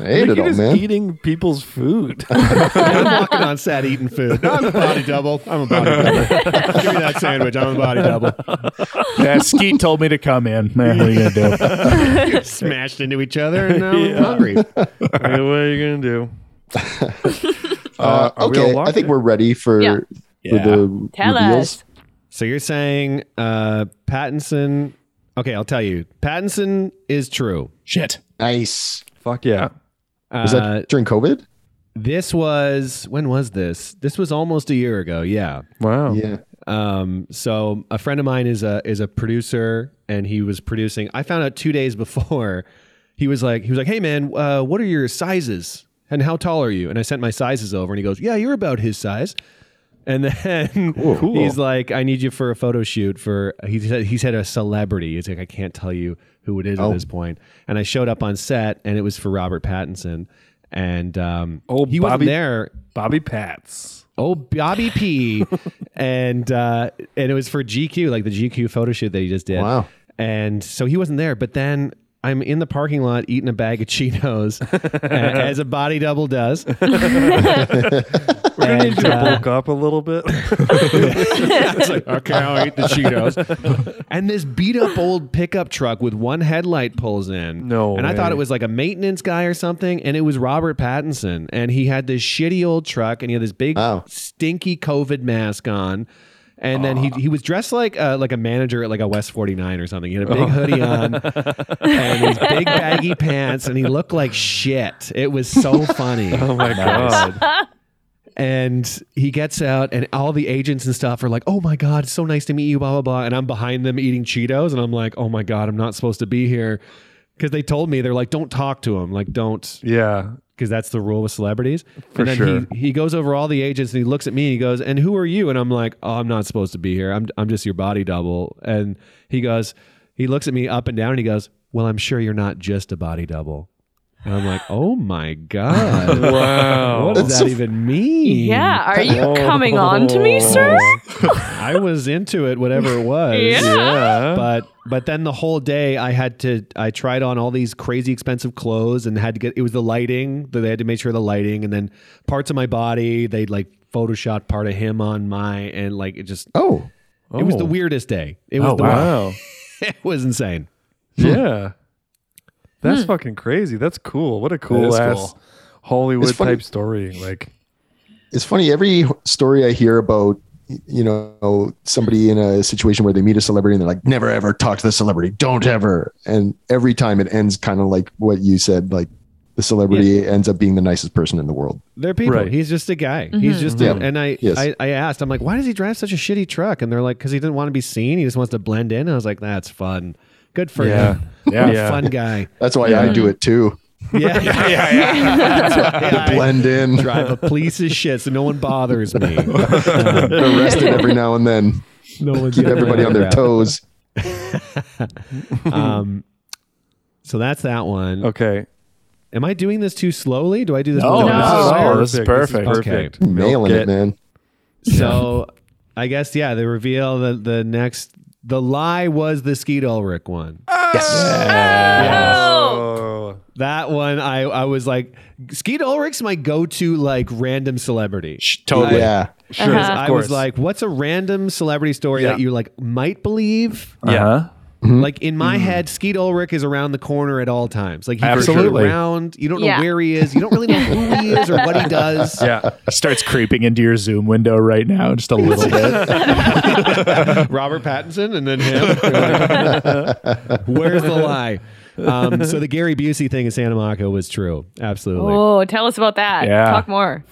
Speaker 3: ate
Speaker 2: You're
Speaker 3: it all,
Speaker 2: just
Speaker 3: man.
Speaker 2: eating people's food.
Speaker 5: I'm walking on set eating food. I'm a body double. I'm a body double. Give me that sandwich. I'm a body double.
Speaker 4: yeah. Skeet told me to come in. Man, what are you gonna do?
Speaker 5: Smashed into each other, and now I'm hungry.
Speaker 2: what are you gonna do?
Speaker 3: Uh,
Speaker 2: are we all
Speaker 3: okay, I
Speaker 2: locked
Speaker 3: think
Speaker 2: in?
Speaker 3: we're ready for,
Speaker 1: Yeah.
Speaker 3: for
Speaker 4: Yeah.
Speaker 3: the
Speaker 1: Tell
Speaker 3: reveals.
Speaker 1: us.
Speaker 5: So you're saying uh, Pattinson? Okay, I'll tell you. Pattinson is true.
Speaker 4: Shit.
Speaker 3: Nice.
Speaker 2: Fuck yeah.
Speaker 5: Uh,
Speaker 3: Was that during COVID?
Speaker 5: this was when was this? This was almost a year ago. Yeah.
Speaker 2: Wow.
Speaker 3: Yeah.
Speaker 5: Um, so a friend of mine is a is a producer, and he was producing. I found out two days before. He was like, he was like, hey man, uh, what are your sizes and how tall are you? And I sent my sizes over, and he goes, yeah, you're about his size. And then he's like, I need you for a photo shoot for he said he said a celebrity. He's like, I can't tell you who it is
Speaker 2: Oh.
Speaker 5: at this point. And I showed up on set, and it was for Robert Pattinson. And um,
Speaker 2: Oh, Bobby-
Speaker 5: he wasn't there.
Speaker 2: Bobby Pats.
Speaker 5: Oh, Bobby P. and uh, and it was for GQ, like the GQ photo shoot that he just did.
Speaker 3: Wow.
Speaker 5: And so he wasn't there, but then I'm in the parking lot eating a bag of Cheetos, a- as a body double does.
Speaker 2: We're gonna need you to
Speaker 5: uh,
Speaker 2: bulk up a little bit.
Speaker 5: It's like, okay, I'll eat the Cheetos. and this beat up old pickup truck with one headlight pulls in.
Speaker 2: No
Speaker 5: And I
Speaker 2: way.
Speaker 5: thought it was like a maintenance guy or something. And it was Robert Pattinson. And he had this shitty old truck and he had this big
Speaker 3: Wow.
Speaker 5: stinky COVID mask on. And then he, he was dressed like uh, like a manager at like a West 49 or something. He had a big hoodie
Speaker 2: Oh.
Speaker 5: on and these big baggy pants and he looked like shit. It was so funny.
Speaker 2: oh my god.
Speaker 5: And he gets out, and all the agents and stuff are like, "Oh my god, it's so nice to meet you." Blah blah blah. And I'm behind them eating Cheetos, and I'm like, "Oh my god, I'm not supposed to be here," because they told me they're like, "Don't talk to him, like don't,"
Speaker 2: Yeah.
Speaker 5: because that's the rule with celebrities.
Speaker 2: For
Speaker 5: and then
Speaker 2: sure.
Speaker 5: he, he goes over all the agents, and he looks at me, and he goes, "And who are you?" And I'm like, "Oh, I'm not supposed to be here. I'm I'm just your body double." And he goes, he looks at me up and down, and he goes, "Well, I'm sure you're not just a body double." And I'm like, "Oh my god."
Speaker 2: Wow.
Speaker 5: What does
Speaker 3: That's
Speaker 5: that
Speaker 3: so-
Speaker 5: even mean?
Speaker 1: Yeah. Are you coming on to me, sir?
Speaker 5: I was into it, whatever it was.
Speaker 1: Yeah.
Speaker 2: Yeah.
Speaker 5: But but then the whole day I had to I tried on all these crazy expensive clothes and had to get it was the lighting that they had to make sure the lighting and then parts of my body they'd like Photoshop part of him on my and like it just
Speaker 3: Oh,
Speaker 5: it was
Speaker 2: Oh.
Speaker 5: the weirdest day. It was
Speaker 4: Oh,
Speaker 5: the
Speaker 2: Wow.
Speaker 5: it was insane.
Speaker 2: yeah.
Speaker 5: Hmm.
Speaker 2: That's fucking crazy. That's cool. What a cool
Speaker 4: is
Speaker 2: ass
Speaker 4: cool.
Speaker 2: Hollywood
Speaker 3: It's funny-
Speaker 2: type story. Like
Speaker 3: it's funny. Every story I hear about, you know, somebody in a situation where they meet a celebrity and they're like, never ever talk to the celebrity. Don't ever. And every time it ends kind of like what you said, like the celebrity ends up being the nicest person in the world.
Speaker 5: They're people.
Speaker 2: Right.
Speaker 5: He's just a guy. He's just
Speaker 3: Yeah.
Speaker 5: a, and I,
Speaker 3: Yes.
Speaker 5: I I asked. I'm like, why does he drive such a shitty truck? And they're like, because he didn't want to be seen. He just wants to blend in. And I was like, that's fun. Good for
Speaker 2: Yeah.
Speaker 5: him.
Speaker 2: Yeah.
Speaker 5: What a
Speaker 2: Yeah.
Speaker 5: Fun guy.
Speaker 3: That's why I do it too.
Speaker 5: Yeah,
Speaker 4: yeah, yeah.
Speaker 3: to blend in,
Speaker 5: drive a police as shit so no one bothers me.
Speaker 3: arrested every now and then,
Speaker 5: No one
Speaker 3: keep everybody on their toes.
Speaker 5: Um, so that's that one.
Speaker 2: Okay.
Speaker 5: Am I doing this too slowly? Do I do this?
Speaker 4: No,
Speaker 5: really
Speaker 1: no.
Speaker 5: fast?
Speaker 1: Oh,
Speaker 2: Oh,
Speaker 4: this is perfect.
Speaker 5: perfect.
Speaker 3: Nailing it, man.
Speaker 5: So I guess yeah, they reveal the the next the lie was the Skeet Ulrich one.
Speaker 1: Oh,
Speaker 2: Oh,
Speaker 5: That one I I was like Skeet Ulrich's my go to like random celebrity.
Speaker 4: Sh- Totally.
Speaker 3: Yeah.
Speaker 2: sure.
Speaker 1: Uh-huh.
Speaker 2: Of
Speaker 5: I
Speaker 2: course.
Speaker 5: was like, what's a random celebrity story
Speaker 2: Yeah.
Speaker 5: that you like might believe?
Speaker 4: Uh-huh.
Speaker 5: Like in my head, Skeet Ulrich is around the corner at all times. Like he's
Speaker 4: Absolutely.
Speaker 5: around. You don't know
Speaker 1: Yeah.
Speaker 5: where he is. You don't really know who he is or what he does.
Speaker 2: yeah.
Speaker 4: Starts creeping into your Zoom window right now, just a little bit.
Speaker 5: Robert Pattinson and then him. Where's the lie? Um, so the Gary Busey thing in Santa Monica was true. Absolutely.
Speaker 1: oh, tell us about that.
Speaker 4: Yeah.
Speaker 1: Talk more.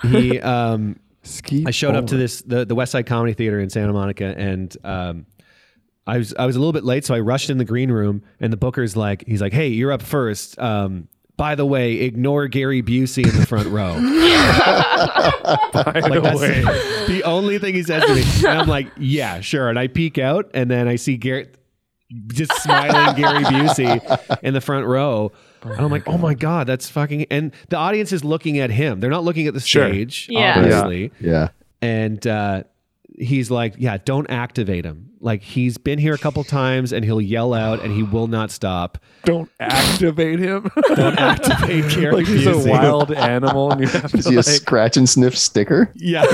Speaker 5: He um,
Speaker 2: Ski.
Speaker 5: I showed up to this the, the West Side Comedy Theater in Santa Monica, and um, I was I was a little bit late, so I rushed in the green room, and the booker's like, he's like, "Hey, you're up first. Um, by the way, ignore Gary Busey in the front row." like that's the only thing he says to me, and I'm like, "Yeah, sure." And I peek out, and then I see Garrett. Just smiling Gary Busey in the front row. and I'm like, oh my God, that's fucking. And the audience is looking at him. They're not looking at the
Speaker 4: Sure.
Speaker 5: stage,
Speaker 1: Yeah. Yeah.
Speaker 5: obviously
Speaker 3: Yeah.
Speaker 5: and uh, he's like, "Yeah, don't activate him. Like he's been here a couple times, and he'll yell out, and he will not stop.
Speaker 2: Don't activate him.
Speaker 5: Don't activate Gary
Speaker 2: like he's
Speaker 5: Busey.
Speaker 2: a wild animal, and you have
Speaker 3: Is he
Speaker 2: to
Speaker 3: a
Speaker 2: like,
Speaker 3: scratch and sniff sticker?
Speaker 5: Yeah,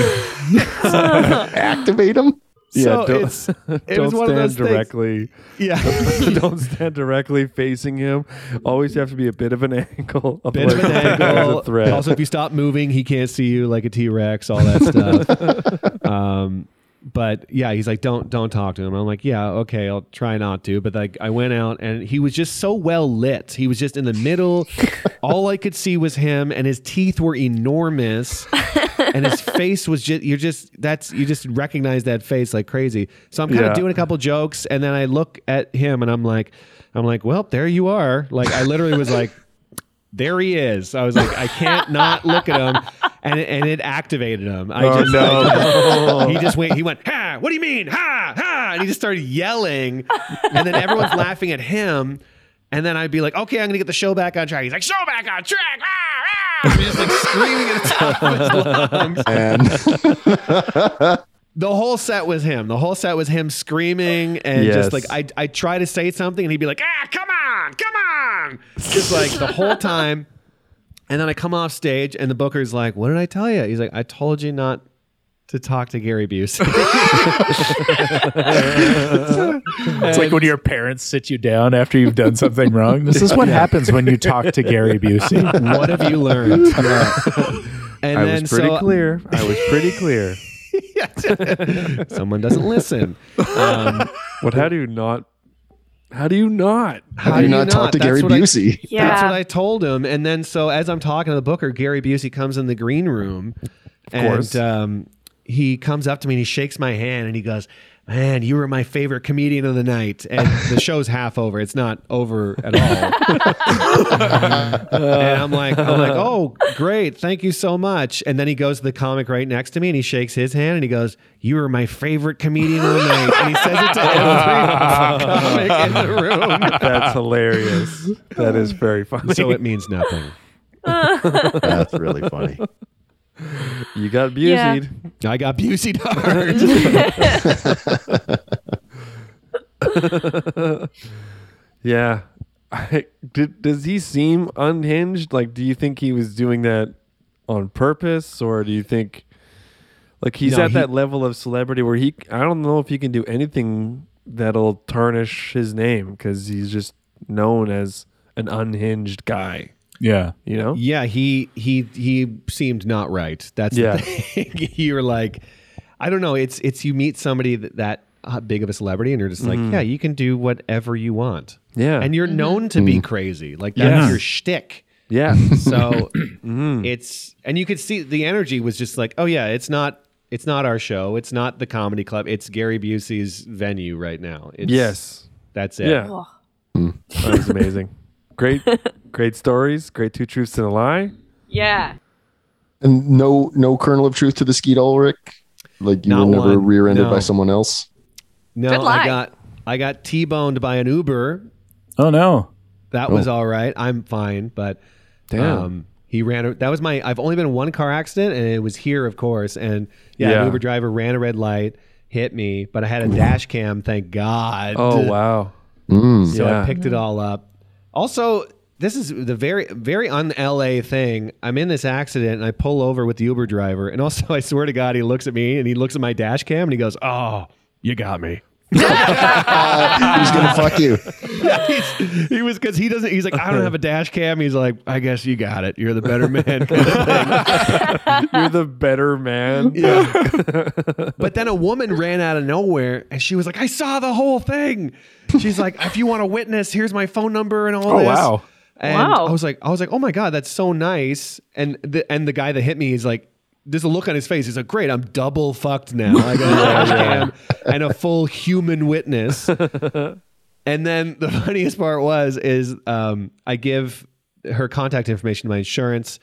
Speaker 3: Activate him?
Speaker 5: so
Speaker 2: yeah, don't,
Speaker 5: it's it
Speaker 2: don't
Speaker 5: was
Speaker 2: stand
Speaker 5: one of those things-
Speaker 2: directly.
Speaker 5: yeah,
Speaker 2: don't stand directly facing him. Always have to be a bit of an angle.
Speaker 5: bit of
Speaker 2: otherwise
Speaker 5: an
Speaker 2: it becomes
Speaker 5: angle.
Speaker 2: A threat.
Speaker 5: Also, if you stop moving, he can't see you like a T Rex. All that stuff. um, but yeah, he's like, "Don't don't talk to him." I'm like, "Yeah, okay, I'll try not to." But like, I went out, and he was just so well lit. He was just in the middle. all I could see was him, and his teeth were enormous. and his face was just you're just that's you just recognize that face like crazy. So I'm kind
Speaker 2: Yeah.
Speaker 5: of doing a couple jokes and then I look at him and I'm like I'm like, "Well, there you are." Like I literally was like there he is. I was like, I can't not look at him, and it, and it activated him. I
Speaker 2: Oh,
Speaker 5: just
Speaker 2: no.
Speaker 5: like, he just went. He went. Ha! What do you mean? Ha! Ha! And he just started yelling, and then everyone's laughing at him. And then I'd be like, okay, I'm gonna get the show back on track. He's like, show back on track. Ah, ah! I'm just like screaming at the top of his lungs.
Speaker 3: And
Speaker 5: The whole set was him. The whole set was him screaming and
Speaker 2: Yes.
Speaker 5: just like I I try to say something and he'd be like, ah, come on, come on, just like the whole time. And then I come off stage and the booker's like, "What did I tell you?" He's like, "I told you not to talk to Gary Busey."
Speaker 4: It's like when your parents sit you down after you've done something wrong. This is what happens when you talk to Gary Busey.
Speaker 5: what have you learned? And
Speaker 2: I
Speaker 5: then
Speaker 2: was pretty
Speaker 5: so
Speaker 2: clear. I was pretty clear.
Speaker 5: someone doesn't listen. Um,
Speaker 2: But how do you not? How do you not?
Speaker 5: how
Speaker 3: do
Speaker 5: do
Speaker 3: you not talk to
Speaker 5: That's
Speaker 3: Gary
Speaker 5: what I-
Speaker 3: Busey?
Speaker 1: Yeah.
Speaker 5: That's what I told him. And then so as I'm talking to the booker, Gary Busey comes in the green room. and
Speaker 2: course.
Speaker 5: um he comes up to me and he shakes my hand and he goes, Man, you were my favorite comedian of the night. And the show's half over. It's not over at all. and I'm like, I'm like, oh, great. Thank you so much. And then he goes to the comic right next to me and he shakes his hand and he goes, You were my favorite comedian of the night. And he says it to every comic in the room.
Speaker 2: That's hilarious. That is very funny.
Speaker 5: So it means nothing.
Speaker 3: That's really funny.
Speaker 2: you got
Speaker 1: Yeah.
Speaker 2: Busey'd.
Speaker 5: I got Busey hard.
Speaker 2: Yeah. I, did, does he seem unhinged? Like, do you think he was doing that on purpose, or do you think, like, he's
Speaker 5: No,
Speaker 2: at
Speaker 5: he-
Speaker 2: that level of celebrity where he? I don't know if he can do anything that'll tarnish his name because he's just known as an unhinged guy.
Speaker 4: Yeah.
Speaker 2: You know?
Speaker 5: Yeah, he he he seemed not right. That's
Speaker 2: Yeah.
Speaker 5: the thing. you're like, I don't know. It's it's you meet somebody that, that uh, big of a celebrity, and you're just like, yeah, you can do whatever you want,
Speaker 2: Mm-hmm. Yeah. Mm-hmm.
Speaker 5: and
Speaker 1: Mm-hmm.
Speaker 5: you're known to be crazy. Like that's
Speaker 2: Yeah.
Speaker 5: your shtick.
Speaker 2: yeah.
Speaker 5: So
Speaker 2: Mm-hmm.
Speaker 5: it's and you could see the energy was just like, oh yeah, it's not it's not our show. It's not the comedy club. It's Gary Busey's venue right now. It's,
Speaker 2: yes.
Speaker 5: that's it.
Speaker 2: Yeah.
Speaker 1: Oh.
Speaker 2: That was amazing. Great, great stories. Great two truths and a lie.
Speaker 1: Yeah.
Speaker 3: And no, no kernel of truth to the Skeet Ulrich. Like you
Speaker 5: Not
Speaker 3: were never
Speaker 5: one,
Speaker 3: rear-ended
Speaker 5: no.
Speaker 3: by someone else.
Speaker 5: No,
Speaker 1: Good lie.
Speaker 5: I got I got T-boned by an Uber.
Speaker 4: Oh no.
Speaker 5: That was all right. I'm fine, but um,
Speaker 2: Damn.
Speaker 5: he ran. a- That was my. I've only been in one car accident, and it was here, of course. And yeah,
Speaker 2: Yeah.
Speaker 5: an Uber driver ran a red light, hit me, but I had a dash cam. Thank God.
Speaker 2: Oh wow.
Speaker 5: So
Speaker 2: Yeah.
Speaker 5: I picked it all up. Also, this is the very, very un LA thing. I'm in this accident and I pull over with the Uber driver. And also, I swear to God, he looks at me and he looks at my dash cam and he goes, Oh, you got me. Ah.
Speaker 3: Who's gonna fuck you?
Speaker 5: He's- he was because he doesn't, he's like, I don't have a dash cam. He's like, I guess you got it. You're the better man. kind of thing.
Speaker 2: You're the better man.
Speaker 5: But then a woman ran out of nowhere and she was like, I saw the whole thing. She's like, if you want to witness, here's my phone number and all
Speaker 4: Oh,
Speaker 5: this.
Speaker 4: wow.
Speaker 5: And
Speaker 1: Wow.
Speaker 5: I was like, I was like, oh my God, that's so nice. And the and the guy that hit me is like, there's a look on his face. He's like, great, I'm double fucked now. I got a dash cam and a full human witness. And then the funniest part was is um, I give her contact information to my insurance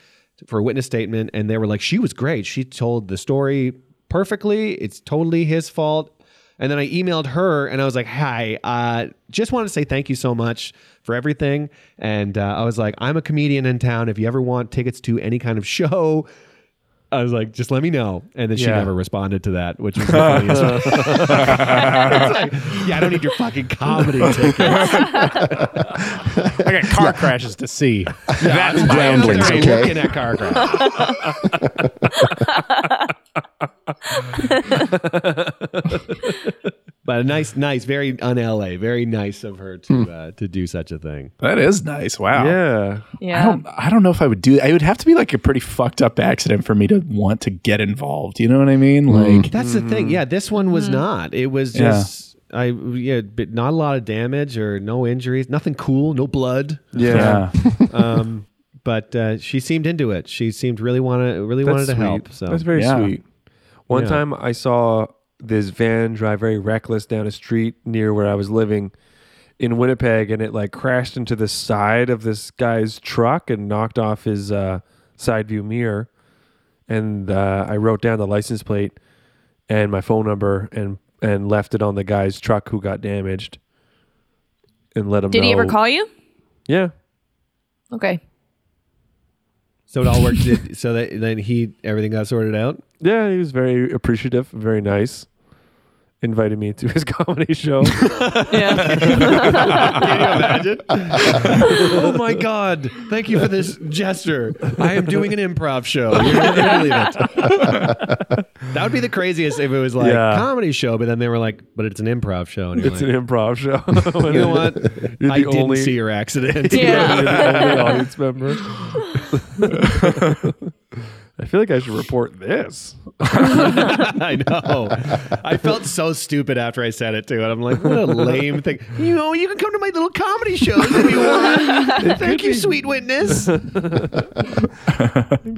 Speaker 5: for a witness statement, and they were like, "She was great. She told the story perfectly. It's totally his fault." And then I emailed her, and I was like, "Hi, uh, just wanted to say thank you so much for everything." And uh, I was like, "I'm a comedian in town. If you ever want tickets to any kind of show." I was like, just let me know. And then she
Speaker 2: Yeah.
Speaker 5: never responded to that, which was the funniest. It's like, yeah, I don't need your fucking comedy tickets.
Speaker 4: I got car crashes to see. That's
Speaker 3: I'm
Speaker 4: my
Speaker 3: gambling,
Speaker 4: entertainment.
Speaker 3: okay?
Speaker 5: Looking at car crash. but a nice, nice, very un LA, very nice of her to uh, to do such a thing.
Speaker 4: That is nice. Wow.
Speaker 2: Yeah.
Speaker 1: Yeah.
Speaker 4: I don't. I don't know if I would do. It would have to be like a pretty fucked up accident for me to want to get involved. You know what I mean? Like,
Speaker 5: That's the thing. Yeah, this one was not. It was
Speaker 4: Mm-hmm. Yeah.
Speaker 5: just I yeah, but not a lot of damage or no injuries, nothing cool, no blood.
Speaker 2: Yeah.
Speaker 5: Um, but uh, she seemed into it. She seemed really wanna really wanted to
Speaker 2: sweet.
Speaker 5: help. So
Speaker 2: That's very
Speaker 4: Yeah.
Speaker 2: sweet. One
Speaker 5: Yeah.
Speaker 2: time I saw this van drive very reckless down a street near where I was living in Winnipeg and it like crashed into the side of this guy's truck and knocked off his uh, side view mirror. And uh, I wrote down the license plate and my phone number and and left it on the guy's truck who got damaged and let him
Speaker 1: Did he ever
Speaker 2: know-
Speaker 1: call you?
Speaker 2: Yeah.
Speaker 1: Okay.
Speaker 5: So it all worked. it- so that then he everything got sorted out.
Speaker 2: Yeah, he was very appreciative, very nice. Invited me to his comedy show.
Speaker 1: Yeah.
Speaker 5: oh my god! Thank you for this gesture. I am doing an improv show. You're never gonna believe it. that would be the craziest if it was like
Speaker 2: Yeah.
Speaker 5: comedy show, but then they were like, "But it's an improv show." And you're
Speaker 2: It's
Speaker 5: like,
Speaker 2: an improv show.
Speaker 5: "You know what?
Speaker 2: You're
Speaker 5: I
Speaker 2: the
Speaker 5: didn't
Speaker 2: only-
Speaker 5: see your accident."
Speaker 1: Yeah.
Speaker 2: You're the only audience member. I feel like I should report this.
Speaker 5: I know. I felt so stupid after I said it too, and I'm like, "What a lame thing!" You know, you can come to my little comedy shows if you want. Thank you, sweet witness.
Speaker 2: It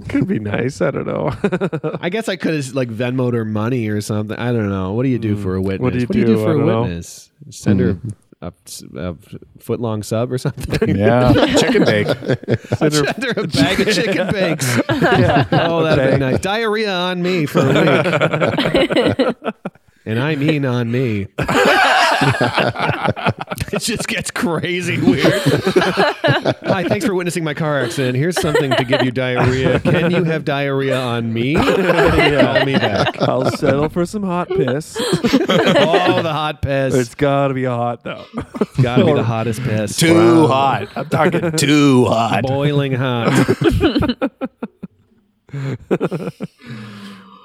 Speaker 2: could be nice. I don't know.
Speaker 5: I guess I could have like Venmoed her money or something. I don't know. What do you do for a witness?
Speaker 2: Mm. What do you do?
Speaker 5: for
Speaker 2: I
Speaker 5: a
Speaker 2: don't know. Mm.
Speaker 5: witness? Send her a, a foot long sub or something.
Speaker 4: yeah, chicken bake.
Speaker 5: Send her a bag of chicken bakes. Oh, that'd be
Speaker 2: Bag.
Speaker 5: nice. Diarrhea on me for a week. and I mean on me. it just gets crazy weird. Hi, thanks for witnessing my car accident. Here's something to give you diarrhea. Can you have diarrhea on me? Call me back.
Speaker 2: I'll settle for some hot piss.
Speaker 5: oh, the hot piss.
Speaker 2: It's got to be hot though.
Speaker 5: It's got to be the hottest piss.
Speaker 4: Too hot. I'm talking too hot.
Speaker 5: Boiling hot.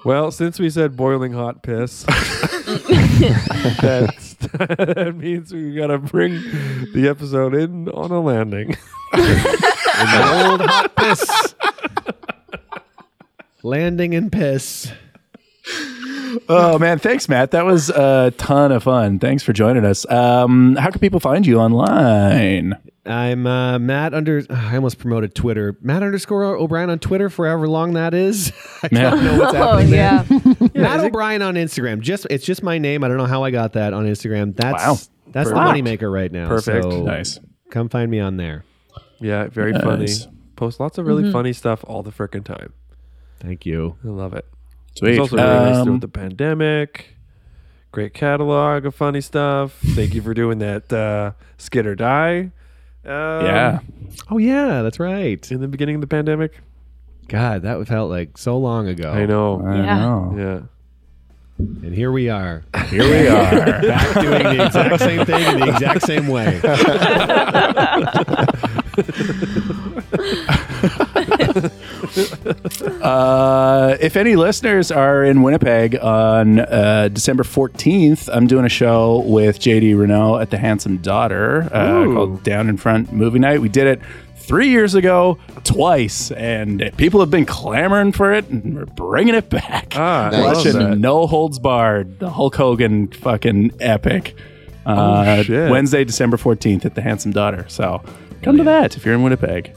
Speaker 2: Well, since we said boiling hot piss, that's, that means we got to bring the episode in on a landing.
Speaker 5: Old hot piss. Landing in piss.
Speaker 4: Oh man, thanks, Matt. That was a ton of fun. Thanks for joining us. Um, how can people find you online?
Speaker 5: I'm uh, Matt under. I almost promoted Twitter. Matt underscore O'Brien on Twitter for however long that is. I don't know what's
Speaker 1: oh
Speaker 5: happening there.
Speaker 1: yeah.
Speaker 5: Matt O'Brien on Instagram. Just it's just my name. I don't know how I got that on Instagram. That's
Speaker 4: Wow.
Speaker 5: that's the
Speaker 4: Perfect.
Speaker 5: moneymaker right now.
Speaker 2: Perfect.
Speaker 5: So
Speaker 4: Nice.
Speaker 5: Come find me on there.
Speaker 2: Yeah, very
Speaker 4: Nice.
Speaker 2: funny. Posts lots of really funny stuff all the frickin' time.
Speaker 5: Thank you.
Speaker 2: I love it.
Speaker 4: Sweet.
Speaker 2: It's also really nice
Speaker 4: Um,
Speaker 2: throughout the pandemic. Great catalog of funny stuff. Thank you for doing that uh, skid or die. Um,
Speaker 4: yeah.
Speaker 5: Oh yeah, that's right.
Speaker 2: In the beginning of the pandemic.
Speaker 5: God, that felt like so long ago.
Speaker 4: Oh,
Speaker 2: I know.
Speaker 4: I
Speaker 1: Yeah.
Speaker 4: know.
Speaker 2: yeah.
Speaker 5: And here we are,
Speaker 4: Here we are.
Speaker 5: doing the exact same thing in the exact same way.
Speaker 4: Uh, if any listeners are in Winnipeg on uh, December 14th, I'm doing a show with JD Renault at the Handsome Daughter uh, called Down in Front Movie Night. We did it three years ago, twice, and people have been clamoring for it, and we're bringing it back.
Speaker 2: Ah, I
Speaker 3: love
Speaker 2: that.
Speaker 4: Watching No Holds Barred, the Hulk Hogan fucking epic.
Speaker 2: Oh,
Speaker 4: Uh,
Speaker 2: shit.
Speaker 4: Wednesday, December 14th at the Handsome Daughter. So come to that if you're in Winnipeg.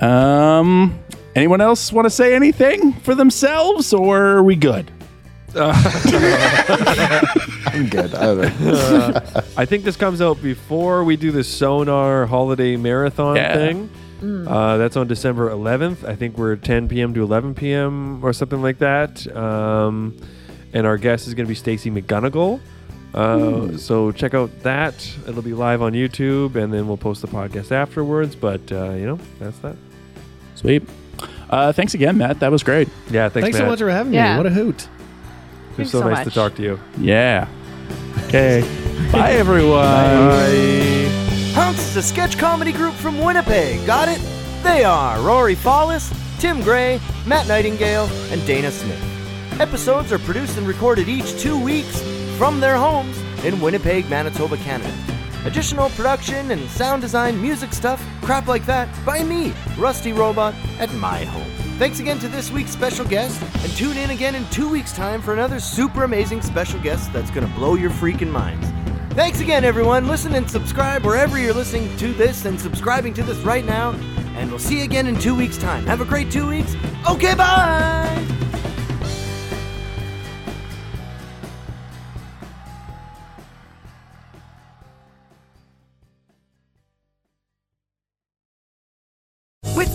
Speaker 4: Um, anyone else want to say anything for themselves, or are we good?
Speaker 3: I'm good. I don't know.
Speaker 2: I think this comes out before we do the Sonar Holiday Marathon
Speaker 4: Yeah.
Speaker 2: thing. Uh, that's on December 11th. I think we're 10 p.m. to 11 p.m. or something like that. Um, and our guest is going to be Stacey McGonigal. Uh, So check out that. It'll be live on YouTube, and then we'll post the podcast afterwards. But uh, you know, that's that.
Speaker 4: Sweet. Uh, thanks again, Matt. That was great.
Speaker 2: Yeah, thanks,
Speaker 5: Thanks so
Speaker 2: Matt.
Speaker 5: much for having
Speaker 1: Yeah.
Speaker 5: me. What a hoot.
Speaker 2: It was
Speaker 1: Thanks
Speaker 2: so,
Speaker 1: so
Speaker 2: nice to
Speaker 1: much.
Speaker 2: talk to you.
Speaker 4: Yeah. Okay. Bye, everyone.
Speaker 2: Bye.
Speaker 6: Pounce is a sketch comedy group from Winnipeg, got it? They are Rory Fallis, Tim Gray, Matt Nightingale, and Dana Smith. Episodes are produced and recorded each two weeks from their homes in Winnipeg, Manitoba, Canada. Additional production and sound design, music stuff, crap like that, by me, Rusty Robot, at my home. Thanks again to this week's special guest, and tune in again in two weeks' time for another super amazing special guest that's gonna blow your freaking minds. Thanks again, everyone. Listen and subscribe wherever you're listening to this and subscribing to this right now. And we'll see you again in two weeks' time. Have a great two weeks. Okay, bye.
Speaker 7: With